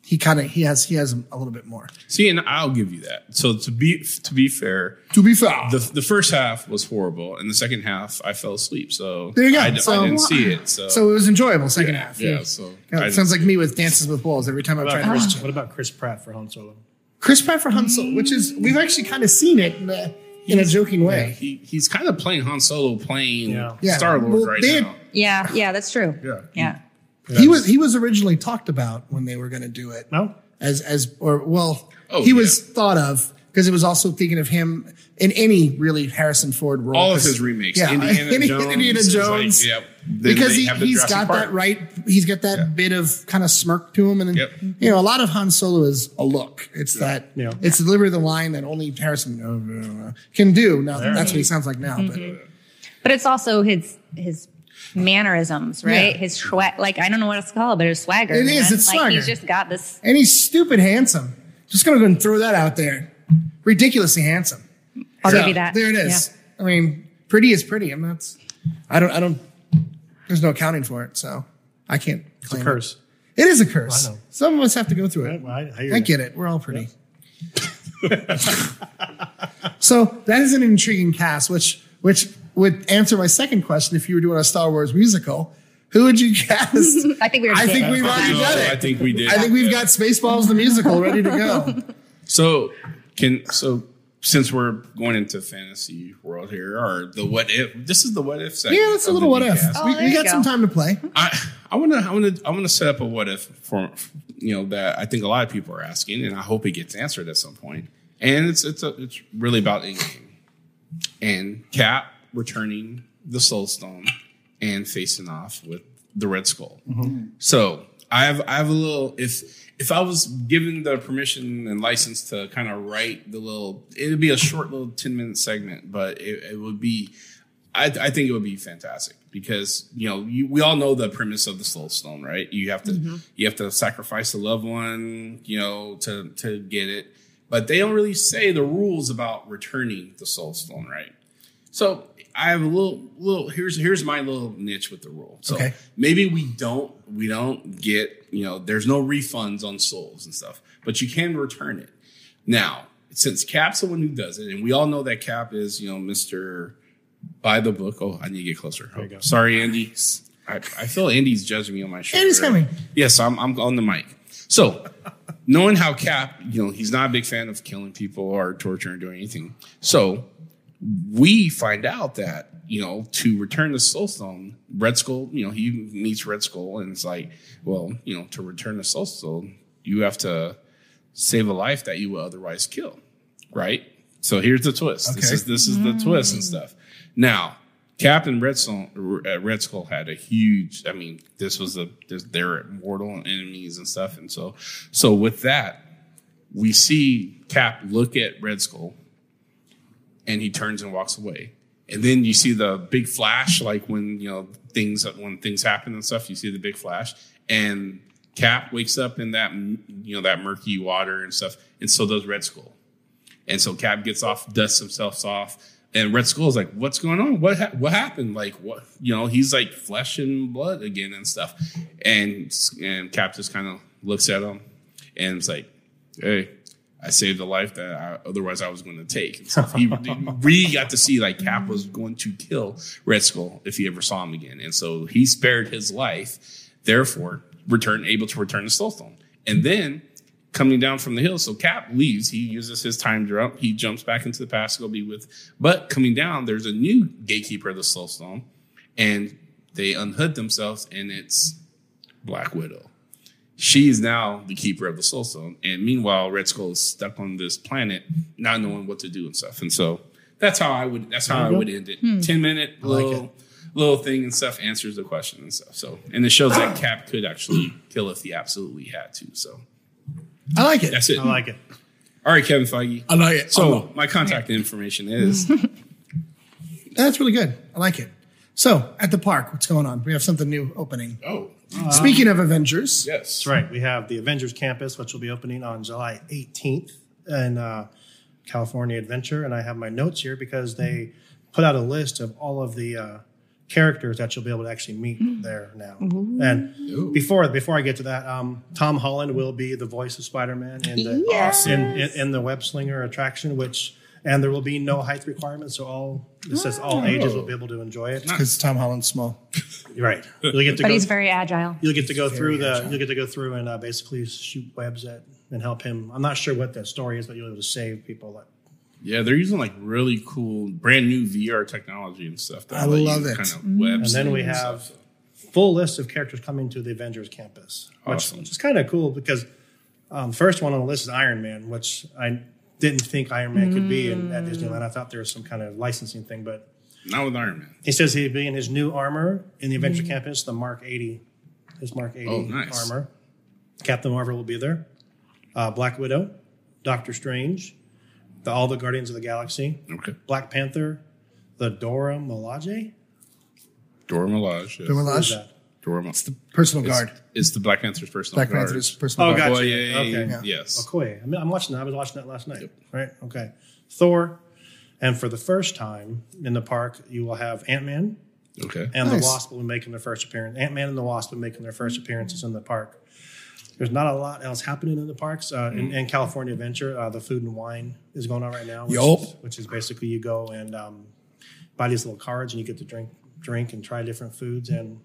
S1: he kind of he has he has a little bit more.
S4: See, and I'll give you that. So to be to be fair,
S1: To be fair,
S4: the the first half was horrible, and the second half I fell asleep. So
S1: There you go.
S4: I, d- I
S1: So-
S4: didn't see it. So,
S1: so it was enjoyable second half.
S4: yeah. So
S1: Yeah, it
S4: I-
S1: sounds like me with Dances with Wolves every time I'm
S2: What
S1: trying
S2: about,
S1: to
S2: Chris,
S3: Ah.
S2: what about Chris Pratt for Han Solo?
S1: Chris Pratt for Hansel, which is we've actually kind of seen it in a, in a joking way.
S4: he, he's kind of playing Han Solo, playing
S2: Yeah.
S1: Yeah.
S4: Star Lord
S1: Well,
S4: right
S1: they had-
S4: now.
S3: Yeah, yeah, that's true.
S4: Yeah.
S3: yeah.
S1: He was he was originally talked about when they were going to do it
S2: No?
S1: as as or well
S4: Oh,
S1: he was
S4: yeah.
S1: thought of because it was also thinking of him in any really Harrison Ford role.
S4: All of
S1: 'cause-
S4: his remakes,
S1: yeah,
S4: Indiana
S1: Indiana
S4: Jones, is
S1: Jones.
S4: like, yep. Then
S1: because
S4: they
S1: he,
S4: have the
S1: he's
S4: Jurassic
S1: got
S4: Park.
S1: that right. He's got that
S4: Yeah.
S1: bit of kind of smirk to him, and then,
S4: Yep.
S1: you know a lot of Han Solo is a look. It's that
S2: Yeah.
S1: it's the delivery of the line that only Harrison uh, can do. Now
S2: There it
S1: that's what he sounds like now,
S4: Mm-hmm.
S1: but
S3: But it's also his his mannerisms, right?
S1: Yeah.
S3: His swag. Like I don't know what it's called, but his swagger.
S1: It is,
S3: man.
S1: it's
S3: like, He's
S1: swagger.
S3: just got this.
S1: and he's stupid handsome. Just gonna go and throw that out there. Ridiculously handsome.
S3: I'll
S1: So,
S3: give you that.
S1: There it is. I mean, pretty is pretty. I'm not. I don't. I don't. There's no accounting for it, so I can't claim it.
S2: Curse.
S1: It is a curse.
S2: I know.
S1: Some of us have to go through
S2: I,
S1: it.
S2: I hear
S1: I
S2: you.
S1: get it. We're all pretty. [LAUGHS] so that is an intriguing cast, which which would answer my second question. If you were doing a Star Wars musical, Who would you [LAUGHS]
S2: [LAUGHS]
S1: cast?
S3: I think we were.
S1: I think
S3: kidding.
S1: we've already done
S4: I
S1: it.
S4: think we did.
S1: I think we've got Spaceballs the musical ready to
S2: [LAUGHS]
S1: go.
S4: So can so since we're going into fantasy world here, or the what if? This is the what if section.
S1: Yeah, it's a little what if.
S3: Oh,
S1: we
S3: there
S1: we
S3: you
S1: got
S3: go.
S1: some time to play.
S4: I I want to I want to I want to set up a what if for you know that I think a lot of people are asking, and I hope it gets answered at some point. And it's it's a, it's really about Endgame and Cap returning the Soul Stone and facing off with the Red Skull. So I have I have a little if if I was given the permission and license to kind of write the little it'd be a short little ten minute segment, but it, it would be I, I think it would be fantastic because you know you, we all know the premise of the soul stone, right? You have to you have to sacrifice a loved one, you know, to to get it. But they don't really say the rules about returning the soul stone, right? So I have a little little here's here's my little niche with the rule. So
S1: Okay.
S4: maybe we don't we don't get you know there's no refunds on souls and stuff, but you can return it. Now since Cap's the one who does it, and we all know that Cap is you know Mister by the book. Oh, I need to get closer. Oh,
S2: go.
S4: sorry, Andy. I, I feel Andy's judging me on my shirt.
S1: Andy's coming.
S4: Yes, I'm, I'm on the mic. So, knowing how Cap, you know, he's not a big fan of killing people or torturing or doing anything. So, we find out that, you know, to return the Soul Stone, Red Skull, you know, he meets Red Skull and it's like, well, you know, to return the Soul Stone, you have to save a life that you would otherwise kill, right? So here's the twist. This
S1: Okay.
S4: is this is the twist and stuff. Now, Captain Red Skull, uh, Red Skull had a huge. I mean, this was a this, their mortal enemies and stuff, and so so with that, we see Cap look at Red Skull, and he turns and walks away. And then you see the big flash, like when you know things when things happen and stuff. You see the big flash, and Cap wakes up in that you know that murky water and stuff, and so does Red Skull. And so Cap gets off, dusts himself off, and Red Skull's like, "What's going on? What ha- what happened? Like what? You know, he's like flesh and blood again and stuff." And and Cap just kind of looks at him, and it's like, "Hey, I saved a life that I, otherwise I was going to take." And so he [LAUGHS] really got to see like Cap was going to kill Red Skull if he ever saw him again, and so he spared his life, therefore return able to return the Soul Stone, and then coming down from the hill. So Cap leaves. He uses his time jump. He jumps back into the past to go be with. But coming down, there's a new gatekeeper of the Soul Stone, and they unhood themselves, and it's Black Widow. She is now the keeper of the Soul Stone, and meanwhile, Red Skull is stuck on this planet, not knowing what to do and stuff. And so that's how I would. That's how I would end it. Ten minute
S2: like
S4: little. Little thing and stuff answers the question and stuff. So, and it shows that Cap could actually kill if he absolutely had to. So,
S1: I like it.
S4: that's it.
S2: I like it.
S4: All right, Kevin Feige.
S1: I like it.
S4: So my contact information is
S1: That's really good. I like it. So at the park, what's going on? We have something new opening.
S4: oh
S1: Speaking of Avengers,
S4: yes
S2: That's right. We have the Avengers Campus, which will be opening on July 18th in uh, California Adventure. And I have my notes here because they put out a list of all of the uh, characters that you'll be able to actually
S3: Mm-hmm.
S2: meet there now. And before before I get to that, um, Tom Holland will be the voice of Spider Man in the
S3: Yes.
S2: in, in, in the Web Slinger attraction, which and there will be no height requirement, so all it says
S3: Oh.
S2: all ages will be able to enjoy it.
S1: because Tom Holland's small.
S2: Right, you'll get to
S3: But
S2: go
S3: he's very agile.
S2: you'll get to go through the you'll get to go through and uh, basically shoot webs at and help him. I'm not sure what that story is, but you'll be able to save people. That,
S4: yeah they're using like really cool brand new VR technology and stuff. That
S1: I
S4: let you
S1: love it.
S4: Kind of web
S2: Mm. and then we
S4: slinging
S2: have
S4: stuff.
S2: full list of characters coming to the Avengers campus, which,
S4: Awesome.
S2: which is kind of cool because um, first one on the list is Iron Man, which I didn't think Iron Man could be in, at Disneyland. I thought there was some kind of licensing thing, but
S4: not with Iron Man.
S2: he says he'd be in his new armor in the Adventure Campus, the Mark 80, his Mark 80
S4: Oh, nice.
S2: armor. Captain Marvel will be there. Uh, Black Widow, Doctor Strange, the, all the Guardians of the Galaxy,
S4: Okay,
S2: Black Panther, the Dora Milaje.
S4: Dora Milaje.
S1: Dora
S4: Yes.
S2: Who is
S1: Milaje,
S2: that?
S4: Dora Mil-
S1: personal
S4: it's,
S1: guard.
S4: it's the Black Panther's personal
S1: Black
S4: guard.
S1: Panther's personal
S2: Oh,
S1: guard.
S2: gotcha.
S4: Oh, yeah, yeah, yeah,
S2: Okay.
S4: yeah. Yes.
S2: Okoye. I mean, I'm watching that. I was watching that last night. Right? Okay. Thor. And for the first time in the park, you will have Ant Man,
S4: Okay.
S2: and
S1: Nice.
S2: the Wasp will be making their first appearance. Ant Man and the Wasp will be making their first appearances in the park. There's not a lot else happening in the parks. Uh, in, in California Adventure, uh, the food and wine is going on right now, which,
S1: Yup.
S2: is, which is basically you go and um, buy these little cards and you get to drink, drink and try different foods and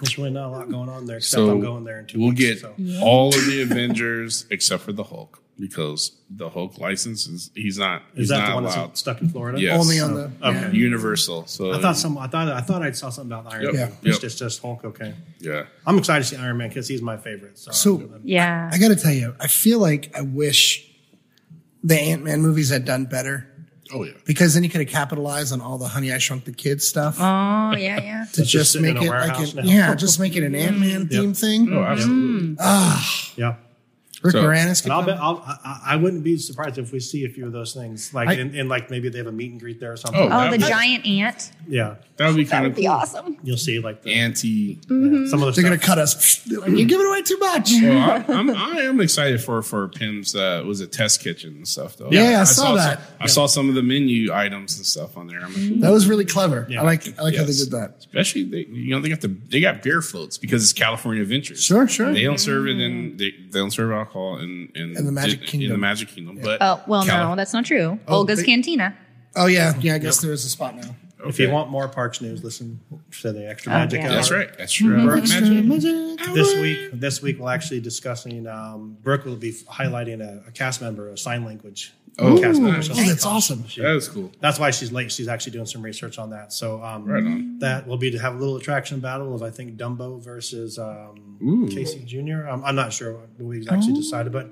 S2: There's really not a lot going on there, except
S4: So,
S2: I'm going there in 2
S4: we'll
S2: weeks.
S4: get
S2: so.
S4: [LAUGHS] all of the Avengers except for the Hulk because the Hulk license is he's not he's
S2: Is that
S4: not
S2: the one
S4: allowed.
S2: that's stuck in Florida? Oh,
S4: Yes.
S1: Only on the.
S2: Okay.
S1: yeah.
S4: Universal. So
S2: I thought some. I thought. I thought I saw something about Iron
S4: Yep.
S2: Man.
S4: Yeah.
S2: It's
S4: Yep.
S2: just just Hulk. Okay.
S4: yeah.
S2: I'm excited to see Iron Man because he's my favorite. So,
S1: So-
S3: Yeah.
S1: I got to tell you, I feel like I wish the Ant Man movies had done better
S4: Oh yeah.
S1: because then you could have capitalized on all the Honey I Shrunk the Kids stuff
S3: Oh, yeah, yeah.
S1: to
S2: just
S1: just
S2: sitting
S1: make
S2: in a
S1: it like
S2: warehouse
S1: an,
S2: now.
S1: yeah, just make it an Ant Man theme thing.
S4: Oh,
S2: Mm.
S4: absolutely.
S2: yeah.
S1: Rick
S4: So-
S1: Moranis could
S2: And I'll
S1: come-
S2: bet, I'll, I, I- I wouldn't be surprised if we see a few of those things, like
S1: I-
S2: in, in like maybe they have a meet and greet there or something.
S4: Oh,
S3: Oh,
S4: that
S3: the
S4: would-
S3: giant ant.
S2: Yeah,
S4: That would be kind of
S3: That'd be
S4: cool.
S3: awesome.
S2: you'll see like the,
S4: Anti.
S2: yeah, some of the
S1: They're
S2: stuff.
S1: gonna cut us. They're like, You're giving away too much.
S4: Well, Oh,
S1: [LAUGHS]
S4: I, I'm I am excited for for Pim's uh, was it test kitchen and stuff though.
S1: Yeah, Mm-hmm. I saw that.
S4: Some, I saw some of the menu items and stuff on there. I'm like,
S1: That was really clever.
S2: Yeah.
S1: I like. I like how they
S4: Yes.
S1: did that.
S4: especially they, you know they got the they got beer floats because it's California Adventures.
S1: Sure, sure.
S4: They don't serve it in they, they don't serve alcohol in in,
S1: In the Magic
S4: in
S1: Kingdom.
S4: the Magic Kingdom. But
S3: Oh, well,
S4: Cali-
S3: no, that's not true. Olga's
S1: but-
S3: Cantina.
S1: Oh yeah, Oh, yeah. I guess there is a spot now.
S2: If
S4: okay.
S2: you want more parks news, listen to the extra
S3: Oh,
S2: magic.
S3: yeah.
S2: Hour.
S4: that's right. That's
S1: Mm-hmm.
S4: true. Magic.
S2: This week, this week we'll actually discussing. Um, Brooke will be highlighting a, a cast member, a sign language
S4: Oh,
S2: cast member.
S4: nice.
S2: So
S1: Oh, that's awesome.
S2: she-
S4: That was cool.
S2: That's why she's late. She's actually doing some research on that. So um,
S4: Right on.
S2: that will be to have a little attraction battle of I think Dumbo versus um,
S4: Ooh. Oh.
S2: Casey Jr. I'm, I'm not sure what we actually decided, but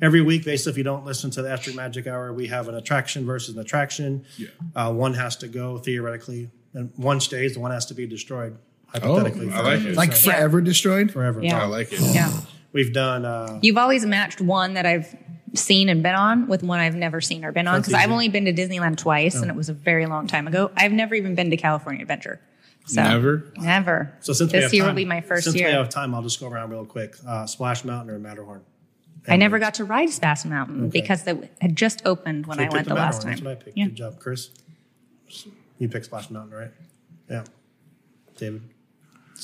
S2: every week, basically, if you don't listen to the After Magic Hour, we have an attraction versus an attraction.
S4: Yeah.
S2: Uh, one has to go theoretically, and one stays. The one has to be destroyed
S4: Oh,
S2: hypothetically.
S4: I like it.
S1: Like forever destroyed.
S2: forever.
S3: Yeah.
S4: I like it.
S3: Yeah.
S2: We've done. Uh,
S3: You've always matched one that I've seen and been on with one I've never seen or been on
S2: That's
S3: because I've
S2: easy.
S3: only been to Disneyland twice and it was a very long time ago. I've never even been to California Adventure. So
S4: Never?
S3: Never.
S2: so since we
S3: this
S2: have
S3: year
S2: time,
S3: will be my first
S2: since we
S3: year.
S2: have time, I'll just go around real quick. Uh, Splash Mountain or Matterhorn.
S3: I never got to ride Spass Mountain because they had just opened when
S2: So
S3: I
S2: pick
S3: went the last
S2: Matterhorn. That's
S3: time.
S2: what I picked.
S3: Yeah.
S2: Good job, Chris. You picked Splash Mountain, right? Yeah. David.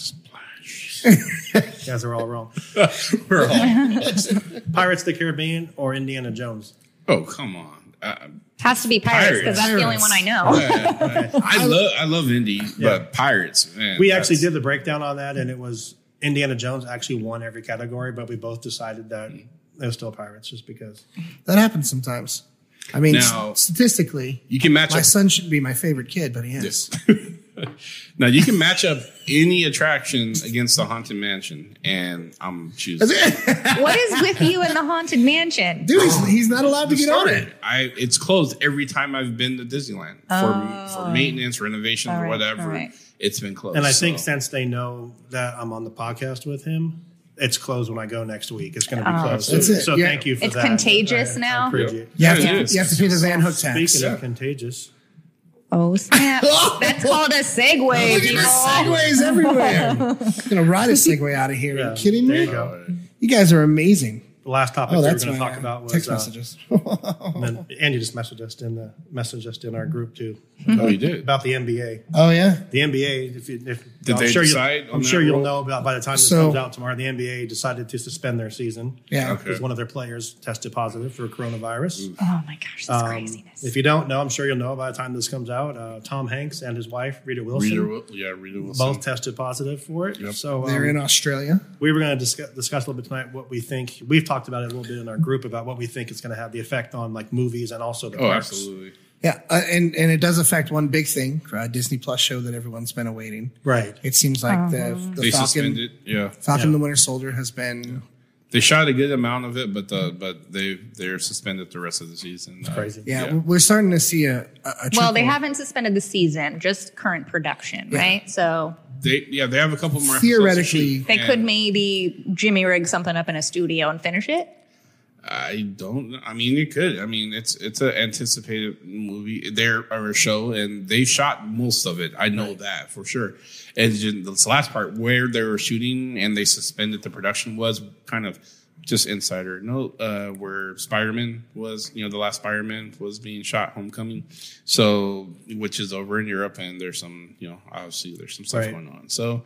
S2: Splash. [LAUGHS] you guys are all wrong.
S4: We're all-
S2: [LAUGHS] Pirates of the Caribbean or Indiana Jones?
S4: oh come on. I,
S3: Has to be Pirates because that's the only
S1: Pirates.
S3: one I know.
S4: I love I love indie, but Pirates. Man,
S2: We actually
S4: that's-
S2: did the breakdown on that, and it was Indiana Jones actually won every category, but we both decided that it was still Pirates just because.
S1: That happens sometimes. I mean,
S4: Now-
S1: s- statistically,
S4: You can match
S1: my
S4: up
S1: son should be my favorite kid, but he is.
S4: Yes. now you can match up any attraction against the Haunted Mansion, and I'm choosing.
S3: what is with you and the Haunted
S1: [LAUGHS]
S3: Mansion?
S1: Dude, he's, he's not allowed to get on it.
S4: I it's closed every time I've been to Disneyland for for maintenance, renovations,
S3: Oh. All right, all
S4: whatever.
S3: right.
S4: It's been closed.
S2: And I think
S4: so-
S2: since they know that I'm on the podcast with him, it's closed when I go next week. It's going to be closed.
S1: That's it,
S2: So
S1: yeah.
S2: thank you for
S3: It's
S2: that.
S3: contagious
S2: I- I
S3: now.
S2: appreciate it.
S1: You have,
S4: Yeah,
S1: to,
S4: it is.
S1: you have to pay the Van Hook tax.
S2: Speaking
S4: Yeah.
S2: of contagious,
S3: Oh snap! [LAUGHS] That's called a segue,
S1: Look at the
S3: people.
S1: segways everywhere. I'm gonna
S2: [LAUGHS]
S1: ride a Segway out of here. Are
S2: Yeah,
S1: you kidding
S2: there
S1: me?
S2: you
S1: You,
S2: go.
S4: Oh,
S1: guys are amazing.
S2: the last topic
S1: Oh,
S2: we were
S1: that's
S2: going to
S1: my
S2: talk
S1: uh,
S2: about was
S1: text
S2: uh,
S1: messages. [LAUGHS] Oh,
S2: and then Andy just messaged us in the messaged us in our group too
S4: Oh, you did.
S2: about the NBA.
S1: oh yeah.
S2: The NBA, if, you, if
S4: Did
S2: I'm
S4: they
S2: sure
S4: decide
S2: you'll,
S4: on
S2: I'm
S4: that
S2: sure you'll
S4: rule?
S2: know about by the time this
S1: So-
S2: comes out tomorrow, the NBA decided to suspend their season.
S1: Yeah.
S4: Okay.
S2: because one of their players tested positive for coronavirus.
S3: Oh my gosh, that's
S2: Um,
S3: craziness.
S2: if you don't know, I'm sure you'll know by the time this comes out. Uh, Tom Hanks and his wife Rita Wilson
S4: Reader, Wil- yeah, Reader Wilson.
S2: both tested positive for it.
S4: Yep.
S2: So um,
S1: They're in Australia.
S2: we were going to discuss, discuss a little bit tonight what we think. We've talked about it a little bit in our group about what we think is going to have the effect on like movies and also the
S4: oh,
S2: parks.
S4: absolutely.
S1: Yeah, uh, and and it does affect one big thing, uh, Disney Plus show that everyone's been awaiting.
S2: Right.
S1: It seems like
S3: Uh-huh.
S1: the the
S4: They
S1: Falcon
S4: suspended. Yeah,
S1: Falcon
S2: Yeah.
S1: the Winter Soldier has been
S4: they shot a good amount of it, but the but they they're suspended the rest of the season. Uh, That's
S2: crazy.
S1: yeah,
S4: Yeah.
S1: we're- we're starting to see a, a, a
S3: well, they
S1: trickle.
S3: haven't suspended the season, just current production, right? So
S4: They yeah they have a couple more. episodes to
S1: Theoretically-
S4: shoot,
S3: they could
S4: and
S3: maybe Jimmy rig something up in a studio and finish it.
S4: I don't. know. I mean, it could. I mean, it's it's an anticipated movie there or a show, and they shot most of it. I know that for sure. And just this last part where they were shooting and they suspended the production was kind of just insider note uh, where Spider-Man was. You know, the last Spider-Man was being shot Homecoming, so which is over in Europe, and there's some you know obviously there's some stuff
S2: Right.
S4: going on. So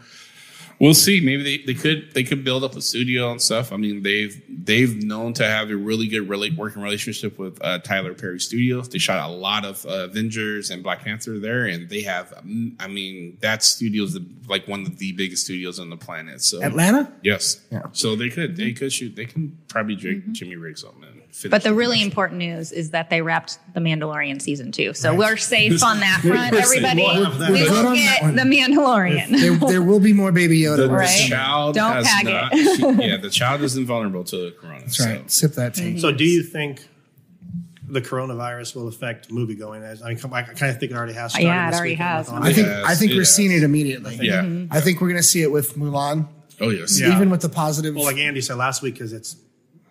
S4: We'll see. Maybe they, they could they could build up a studio and stuff. I mean, they've they've known to have a really good really working relationship with uh, Tyler Perry Studios. They shot a lot of uh, Avengers and Black Panther there, and they have. um, I mean, that studio's the, like one of the biggest studios on the planet. So
S1: Atlanta?
S4: yes,
S1: Yeah.
S4: So they could they could shoot. They can probably Jake, Jimmy Riggs on man.
S3: Mm-hmm. But the really important news is that they wrapped the Mandalorian season two, so we're safe on that front.
S4: We're safe.
S3: Everybody,
S2: We'll have that.
S3: we
S1: We're good
S3: will
S1: on that
S3: get
S1: one.
S3: the Mandalorian.
S1: There, there will be more Baby Yoda.
S4: The,
S1: words.
S3: Right.
S4: child
S3: Don't
S4: has
S3: bag
S4: not.
S3: it.
S4: she- yeah, the child is invulnerable to corona.
S1: That's right.
S4: So.
S1: Sip
S4: mm-hmm.
S1: that tea.
S2: So, do you think the coronavirus will affect movie going? As I mean, come- I kind of think it already has. Started
S3: Yeah, it
S2: this
S3: already
S2: weekend
S3: has.
S2: with
S1: I think
S4: Yes,
S1: I think we're
S4: yes.
S1: seeing it immediately.
S4: Yeah.
S3: Mm-hmm.
S1: I think we're going to see it with Mulan,
S4: Oh yes.
S2: Yeah.
S1: even with the positive.
S2: Well, like Andy said last week, because it's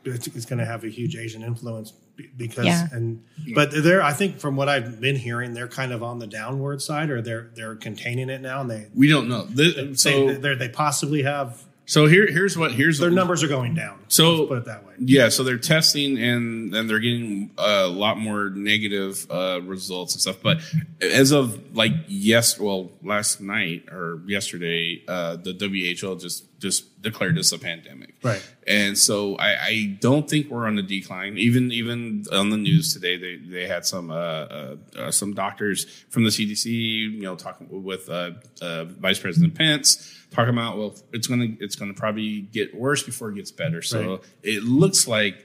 S2: it's, it's going to have a huge Asian influence be- because
S3: Yeah.
S2: and but they're I think from what I've been hearing, they're kind of on the downward side, or they're they're containing it now, and they
S4: We don't know. Thi-
S2: they
S4: so
S2: they they possibly have
S4: so here here's what here's
S2: their numbers are going down.
S4: So-
S2: let's put it that way.
S4: Yeah, so they're testing and and they're getting a lot more negative uh, results and stuff. But as of like yes, well, last night or yesterday, uh, the WHO just just declared this a pandemic.
S2: Right.
S4: And so I, I don't think we're on the decline. Even even on the news today, they, they had some uh, uh, uh, some doctors from the CDC, you know, talking with uh, uh, Vice President Pence, talking about well, it's gonna it's gonna probably get worse before it gets better. So
S2: Right.
S4: it looks like,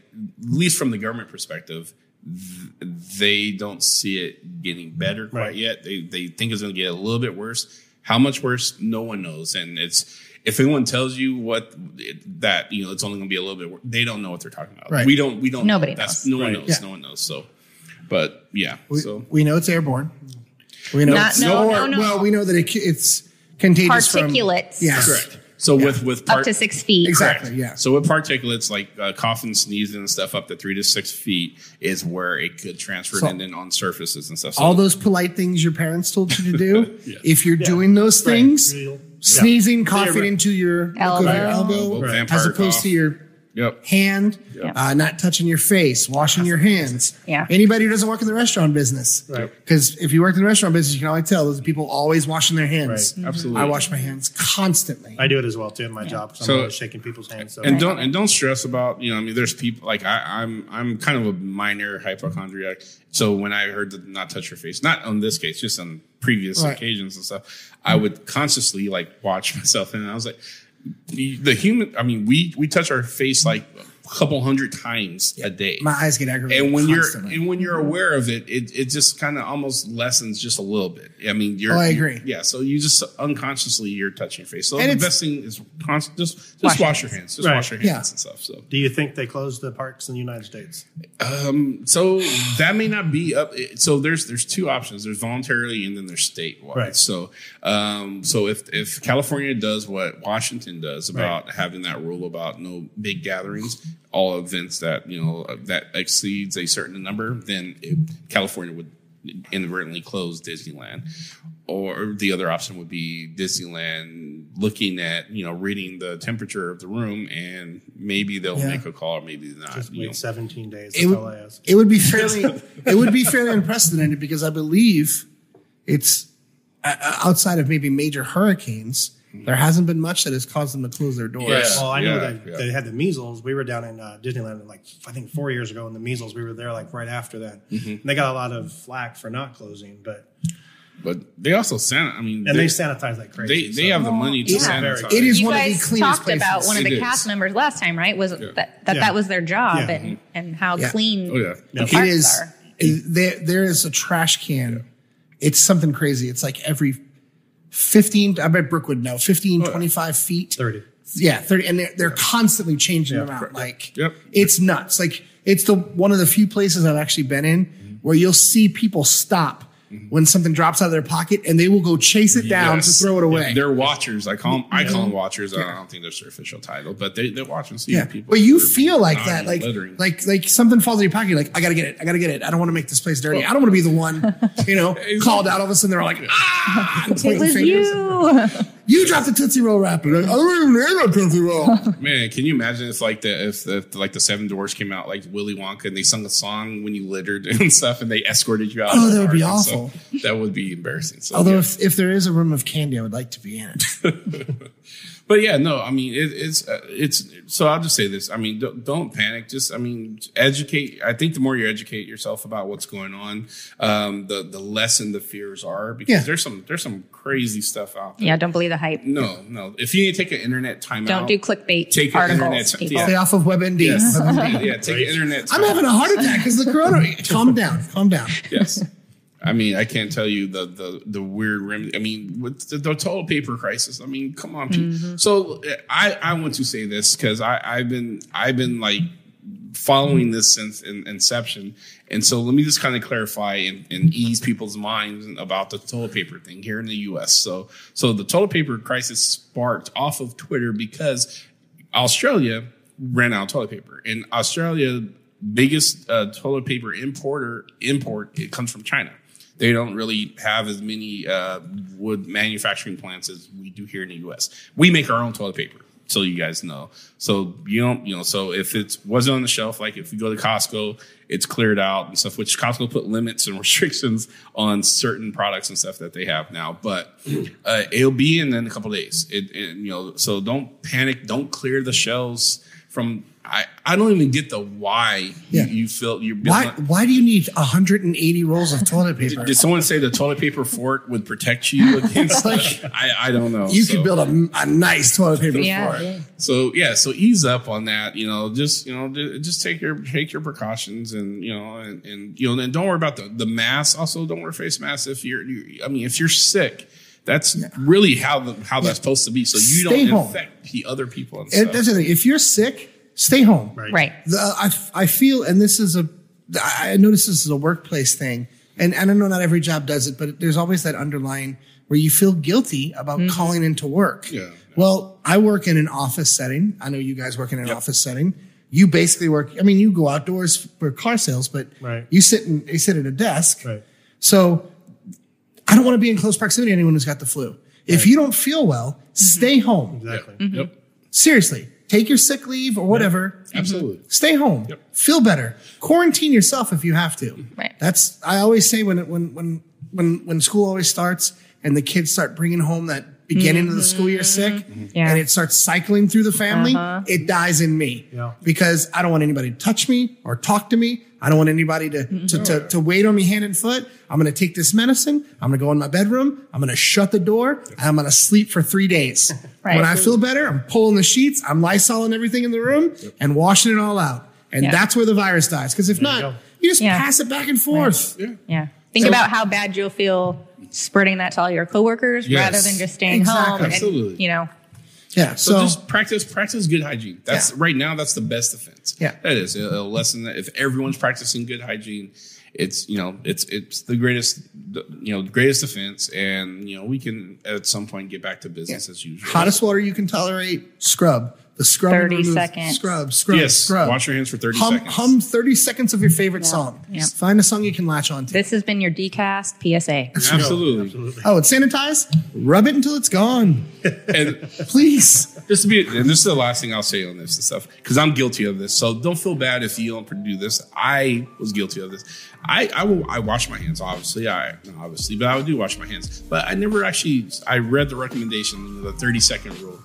S4: at least from the government perspective, th- they don't see it getting better quite
S2: Right.
S4: yet. They they think it's going to get a little bit worse. How much worse? No one knows. And it's if anyone tells you what it, that you know, it's only going to be a little bit. worse. They don't know what they're talking about.
S1: Right.
S4: We don't. We don't.
S3: Nobody
S4: That's,
S3: knows.
S4: No one
S2: Right.
S4: knows. No one knows. So, but yeah.
S1: we,
S4: so
S1: we know it's airborne. We know
S3: Not-
S1: it's
S3: no, no, no.
S1: well, we know that it, c- it's contagious from
S3: Particulates.
S1: Yes.
S4: correct. So with with
S3: Up to six feet.
S1: Exactly. Yeah.
S4: So with particulates like uh, cough and sneezing and stuff up to three to six feet is where it could transfer
S1: So-
S4: and then on surfaces and stuff. So
S1: all those polite things your parents told you to do.
S4: [LAUGHS] Yeah.
S1: If you're doing those
S2: Right.
S1: things,
S2: Real-
S1: sneezing,
S2: Yeah.
S1: coughing
S2: Yeah,
S1: into your
S3: Elbow.
S1: your elbow
S4: Elbow,
S1: as
S4: vampire
S1: opposed to
S4: cough.
S1: your
S4: Yep.
S1: hand,
S3: Yeah.
S1: uh, not touching your face, washing your hands.
S3: Yeah.
S1: Anybody who doesn't work in the restaurant business,
S2: Right.
S1: Because if you work in the restaurant business, you can always tell those people always washing their hands.
S4: Right. Mhm. Absolutely.
S1: I wash my hands constantly.
S2: I do it as well too in my job. 'cause
S4: So-
S2: I'm always shaking people's hands. So
S4: and don't and don't stress about you know. I mean, there's people like I, I'm I'm kind of a minor hypochondriac. So when I heard the not touch your face, not on this case, just on previous
S1: Right. Mm-hmm.
S4: occasions and stuff, I would consciously like watch [LAUGHS] myself, and I was like, the, the human. I mean, we we touch our face like a couple hundred times a day.
S1: my eyes get aggravated.
S4: and when
S1: constantly.
S4: you're and when you're aware of it, it, it just kind of almost lessens just a little bit. I mean, you're
S1: Oh, I agree.
S4: yeah, so you just unconsciously you're touching your face. So
S1: And
S4: the
S1: it's-
S4: best thing is constant, just just
S3: Wash
S4: wash,
S3: your
S4: your hands, just
S2: Right.
S4: wash your hands
S1: Yeah.
S4: and stuff. So
S2: do you think they closed the parks in the United States?
S4: um, so that may not be up. it- So there's there's two options. There's voluntarily and then there's statewide.
S2: Right.
S4: So um, so if if California does what Washington does about having that rule about no big gatherings, all events that you know that exceeds a certain number, then it, California would inadvertently close Disneyland. Or the other option would be Disneyland looking at you know reading the temperature of the room and maybe they'll
S1: Yeah.
S4: make a call, maybe not.
S2: Just
S4: you know.
S2: wait 17 days.
S1: it
S2: That's all I
S1: would,
S2: ask.
S1: it would be
S2: [LAUGHS]
S1: fairly it would be fairly unprecedented because I believe it's uh, uh, outside of maybe major hurricanes. There hasn't been much that has caused them to close their doors.
S4: Yeah.
S2: Well, I know
S4: Yeah,
S2: that
S4: yeah.
S2: they had the measles. We were down in uh, Disneyland like I think four years ago, and the measles. We were there like right after that.
S4: Mm-hmm.
S2: And they got a lot of flack for not closing, but
S4: But they also san. I mean,
S2: and they,
S4: they
S2: sanitize like crazy.
S4: they, they have the money to
S2: Yeah.
S4: sanitize.
S1: It is
S3: you
S1: one of the
S3: guys
S1: cleanest
S3: talked about
S1: places.
S3: one of
S4: It
S3: the
S4: is.
S3: cast members last time, right? Was that that,
S2: Yeah.
S3: that was their job
S2: Yeah.
S3: and, and how
S1: Mm-hmm. Yeah.
S3: clean
S4: Oh yeah.
S3: the
S2: Yeah.
S3: parks
S1: it is
S3: are.
S1: is- there there is a trash can it's something crazy it's like every 15 i bet brookwood now 15
S2: Oh,
S4: yeah.
S1: 25 feet
S2: thirty.
S1: yeah 30 and they're, they're constantly changing
S2: Yeah.
S1: them out like
S4: Yep.
S1: it's nuts like it's the one of the few places i've actually been in
S4: Mm-hmm.
S1: where you'll see people stop when something drops out of their pocket and they will go chase it down
S4: Yes.
S1: to throw it away
S4: They're watchers. I call them. I call them watchers. I don't think that's their official title, but they they're watching. So
S1: yeah,
S4: people.
S1: but you
S4: who are
S1: feel like
S4: not
S1: that, like
S4: littering.
S1: like like something falls in your pocket. You're like, I gotta get it, I gotta get it. I don't want to make this place dirty. I don't
S4: [LAUGHS]
S1: want to be the one, you know, called out. All of a sudden, they're like, ah, and
S3: It
S1: pointing
S3: was
S1: fingers.
S3: you.
S1: You dropped the Tootsie Roll wrapper. Like, I don't even need a Tootsie Roll.
S4: [LAUGHS] Man, can you imagine if like the if, if like the Seven Dwarfs came out like Willy Wonka and they sung a song when you littered [LAUGHS] and stuff and they escorted you out?
S1: Oh,
S4: of the
S1: that would be
S4: park and
S1: awful.
S4: stuff? that would be embarrassing. So,
S1: Although
S4: yeah.
S1: if, if there is a room of candy, I would like to be in it.
S4: But yeah, no, I mean it, it's uh, it's so I'll just say this. I mean, don't, don't panic. Just I mean, educate. I think the more you educate yourself about what's going on, um, the the lessened the fears are because
S1: Yeah.
S4: there's some there's some crazy stuff out there.
S3: Yeah, don't believe the hype.
S4: No, no. If you need to take an internet timeout,
S3: Don't do clickbait
S4: Take your internet
S3: articles,
S4: time-
S3: people.
S4: yeah.
S1: Stay off of WebMD.
S3: [LAUGHS]
S4: Yes.
S1: WebMD.
S4: yeah, take an internet.
S1: I'm
S4: timeout.
S1: having a heart attack because the
S4: [LAUGHS]
S1: corona. calm down. Calm down.
S4: yes. I mean, I can't tell you the the the weird rim. I mean, with the, the toilet paper crisis. I mean, come on. people.
S3: Mm-hmm.
S4: So uh, I I want to say this because I I've been I've been like following this since in, inception, and so let me just kind of clarify and, and ease people's minds about the toilet paper thing here in the U.S. So so the toilet paper crisis sparked off of Twitter because Australia ran out of toilet paper. In Australia, biggest uh, toilet paper importer import it comes from China. They don't really have as many uh, wood manufacturing plants as we do here in the U.S. We make our own toilet paper, so you guys know. So you don't, you know. So if it wasn't on the shelf, like if you go to Costco, it's cleared out and stuff. Which Costco put limits and [LAUGHS] restrictions on certain products and stuff that they have now. But uh, it'll be in, in a couple days. It, it, you know, so don't panic. Don't clear the shelves from. I, I don't even get the why
S1: Yeah.
S4: you, you feel you're
S1: Why? Why do you need 180 rolls of toilet paper?
S4: did someone say the toilet paper fort would
S1: [LAUGHS]
S4: protect you against?
S1: Like,
S4: I, I don't know.
S1: You
S4: So-
S1: could build a, a nice toilet paper
S3: Yeah.
S1: for it.
S4: So yeah, so ease up on that. You know, just you know, ju- just take your take your precautions, and you know, and, and you know, and don't worry about the the mask. Also, don't wear face masks if you're. You, I mean, if you're sick, that's really how the how that's supposed to be. So you
S1: Stay
S4: don't
S1: home.
S4: infect the other people. And
S1: And
S4: stuff.
S1: That's the thing. If you're sick, stay home.
S3: Right.
S1: The, I, I feel, and this is a, I I notice this is a workplace thing, and, and I know not every job does it, but there's always that underlying where you feel guilty about
S2: Mm-hmm.
S1: calling into work.
S4: Yeah.
S1: Well, I work in an office setting. I know you guys work in an office setting. You basically work. I mean, you go outdoors for car sales, but
S2: Right.
S1: you sit and you sit at a desk.
S2: Right.
S1: So I don't want to be in close proximity to anyone who's got the flu. If you don't feel well, stay home
S2: Mm-hmm. Exactly.
S4: Yep.
S1: seriously, take your sick leave or whatever.
S4: Absolutely.
S1: Stay home. Feel better. Quarantine yourself if you have to.
S3: Right.
S1: That's I always say when it- when when when when school always starts and the kids start bringing home that beginning of the school year sick
S3: Mm-hmm. Yeah. Uh-huh.
S1: and it starts cycling through the family, it dies in me.
S2: Yeah.
S1: Because I don't want anybody to touch me or talk to me. I don't want anybody to,
S3: Mm-hmm.
S1: to, to, to wait on me hand and foot. I'm going to take this medicine. I'm going to go in my bedroom. I'm going to shut the door. and I'm going to sleep for three days.
S3: Right.
S1: When I feel better, I'm pulling the sheets. I'm Lysoling everything in the room and washing it all out. And
S3: Yeah.
S1: that's where the virus dies. Because if not,
S2: go.
S1: you, just
S3: Yeah.
S1: pass it back and forth.
S3: Yeah. Think
S1: So-
S3: about how bad you'll feel spreading that to all your coworkers
S4: Yes.
S3: rather than just staying
S1: Exactly.
S3: home. and,
S4: Absolutely.
S3: you know,
S1: Yeah.
S4: So,
S1: So,
S4: just practice practice good hygiene. That's
S1: Yeah.
S4: right now. That's the best defense.
S1: Yeah.
S4: that is. It'll it'll lessen that if everyone's practicing good hygiene. It's you know it's it's the greatest you know greatest defense, and you know we can at some point get back to business as usual.
S1: hottest water you can tolerate, scrub. The scrub.
S3: 30
S1: remove-
S3: seconds.
S1: Scrub, scrub,
S4: yes,
S1: scrub.
S4: wash your hands for thirty
S1: hum,
S4: seconds.
S1: hum 30 seconds of your favorite song.
S3: Yeah.
S1: Find a song you can latch on to.
S3: this has been your DCAST PSA.
S4: Absolutely.
S2: Absolutely.
S1: Oh, it's sanitized? Rub it until it's gone. [LAUGHS]
S4: and
S1: Please.
S4: just to be, and this is the last thing I'll say on this and stuff because I'm guilty of this. So don't feel bad if you don't do this. I was guilty of this. I I, will, I wash my hands obviously. I obviously, but I do wash my hands. But I never actually I read the recommendation, the 30 second rule.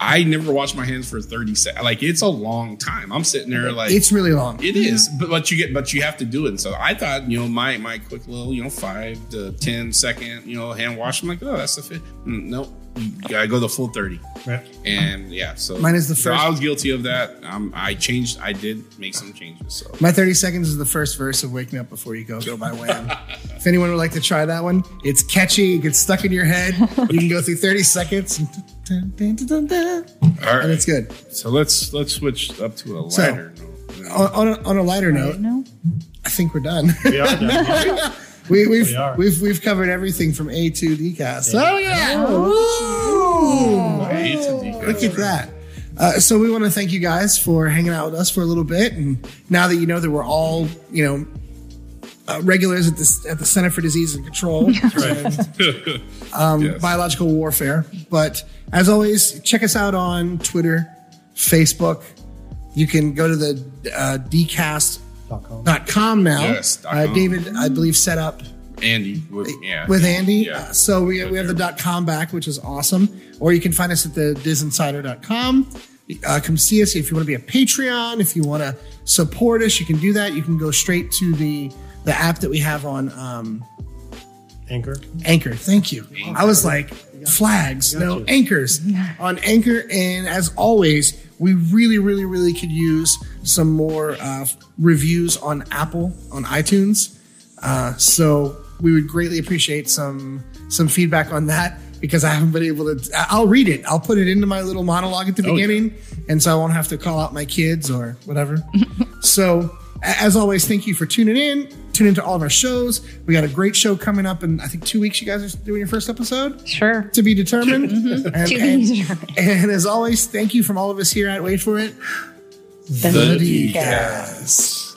S4: I never wash my hands for 30 seconds. Like it's a long time. I'm sitting there like
S1: It's really long.
S4: it is, but but you get, but you have to do it. And so I thought, you know, my my quick little, you know, five to 10 second, you know, hand wash. I'm like, oh, that's the fit. Mm, nope, you gotta go the full thirty.
S2: Right.
S4: And yeah, so
S1: Mine is the
S4: so
S1: first-
S4: I was guilty of that. Um, I changed. I did make some changes. So
S1: My 30 seconds is the first verse of Wake Me Up Before You Go Go by Wham. if anyone would like to try that one, it's catchy, it gets stuck in your head. You can go through 30 seconds and, dun, dun, dun, dun, dun,
S4: all right,
S1: and it's good.
S4: So let's let's switch up to a
S1: So- uh,
S4: lighter. note.
S1: On, on, a, on a lighter note,
S3: No.
S1: I think we're done. [LAUGHS]
S2: We are done.
S1: we, we've,
S2: We are.
S1: we have we've covered everything from A to DCast. Oh, yeah. Woo!
S4: I hate to do-
S1: oh, Look at that. Uh, so we want to thank you guys for hanging out with us for a little bit, and now that you know that we're all, you know, uh, regulars at the at the Center for Disease and Control. uh, um,
S4: Yes.
S1: biological warfare. But as always, check us out on Twitter, Facebook. You can go to the uh,
S4: [LAUGHS]
S2: com.
S1: dcast.com now.
S4: Yes, dot
S1: Uh,
S4: com.
S1: David, I believe, set up
S4: Andy with yeah
S1: with Andy.
S4: Yeah.
S1: Uh, so we, we have the dot com back, which is awesome. Or you can find us at the disinsider.com. Uh, come see us if you want to be a Patreon. If you want to support us, you can do that. You can go straight to the the app that we have on um,
S2: Anchor.
S1: Anchor. Thank you. I was like, flags, no anchors on Anchor. And as always, we really, really, really could use some more uh, reviews on Apple on iTunes. Uh, so we would greatly appreciate some some feedback on that because I haven't been able to. I- I'll read it. I'll put it into my little monologue at the
S4: yeah.
S1: beginning, and so I won't have to call out my kids or whatever. So, a- as always, thank you for tuning in. Tune into all of our shows. We got a great show coming up in, I think, two weeks. You guys are doing your first episode
S3: Sure.
S1: to be determined. And,
S3: [LAUGHS] To be
S1: and-
S3: determined.
S1: and as always, thank you from all of us here at Wait For It.
S4: The
S1: Yes.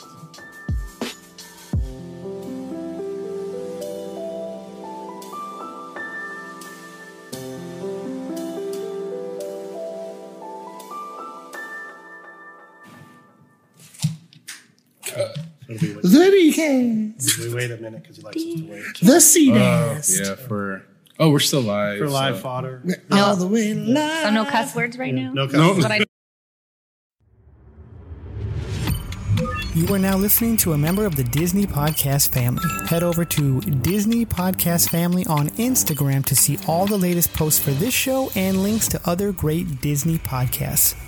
S2: It'll be wait,
S1: The DCast.
S2: we wait a minute because he likes us to wait.
S1: The C
S4: Oh,
S1: Dast.
S4: yeah for oh we're still live
S2: For live
S4: so-
S2: fodder.
S1: All the way live.
S3: So Oh, no cuss words right now.
S2: No,
S4: Nope.
S3: But I
S5: You are now listening to a member of the Disney Podcast family. Head over to Disney Podcast Family on Instagram to see all the latest posts for this show and links to other great Disney podcasts.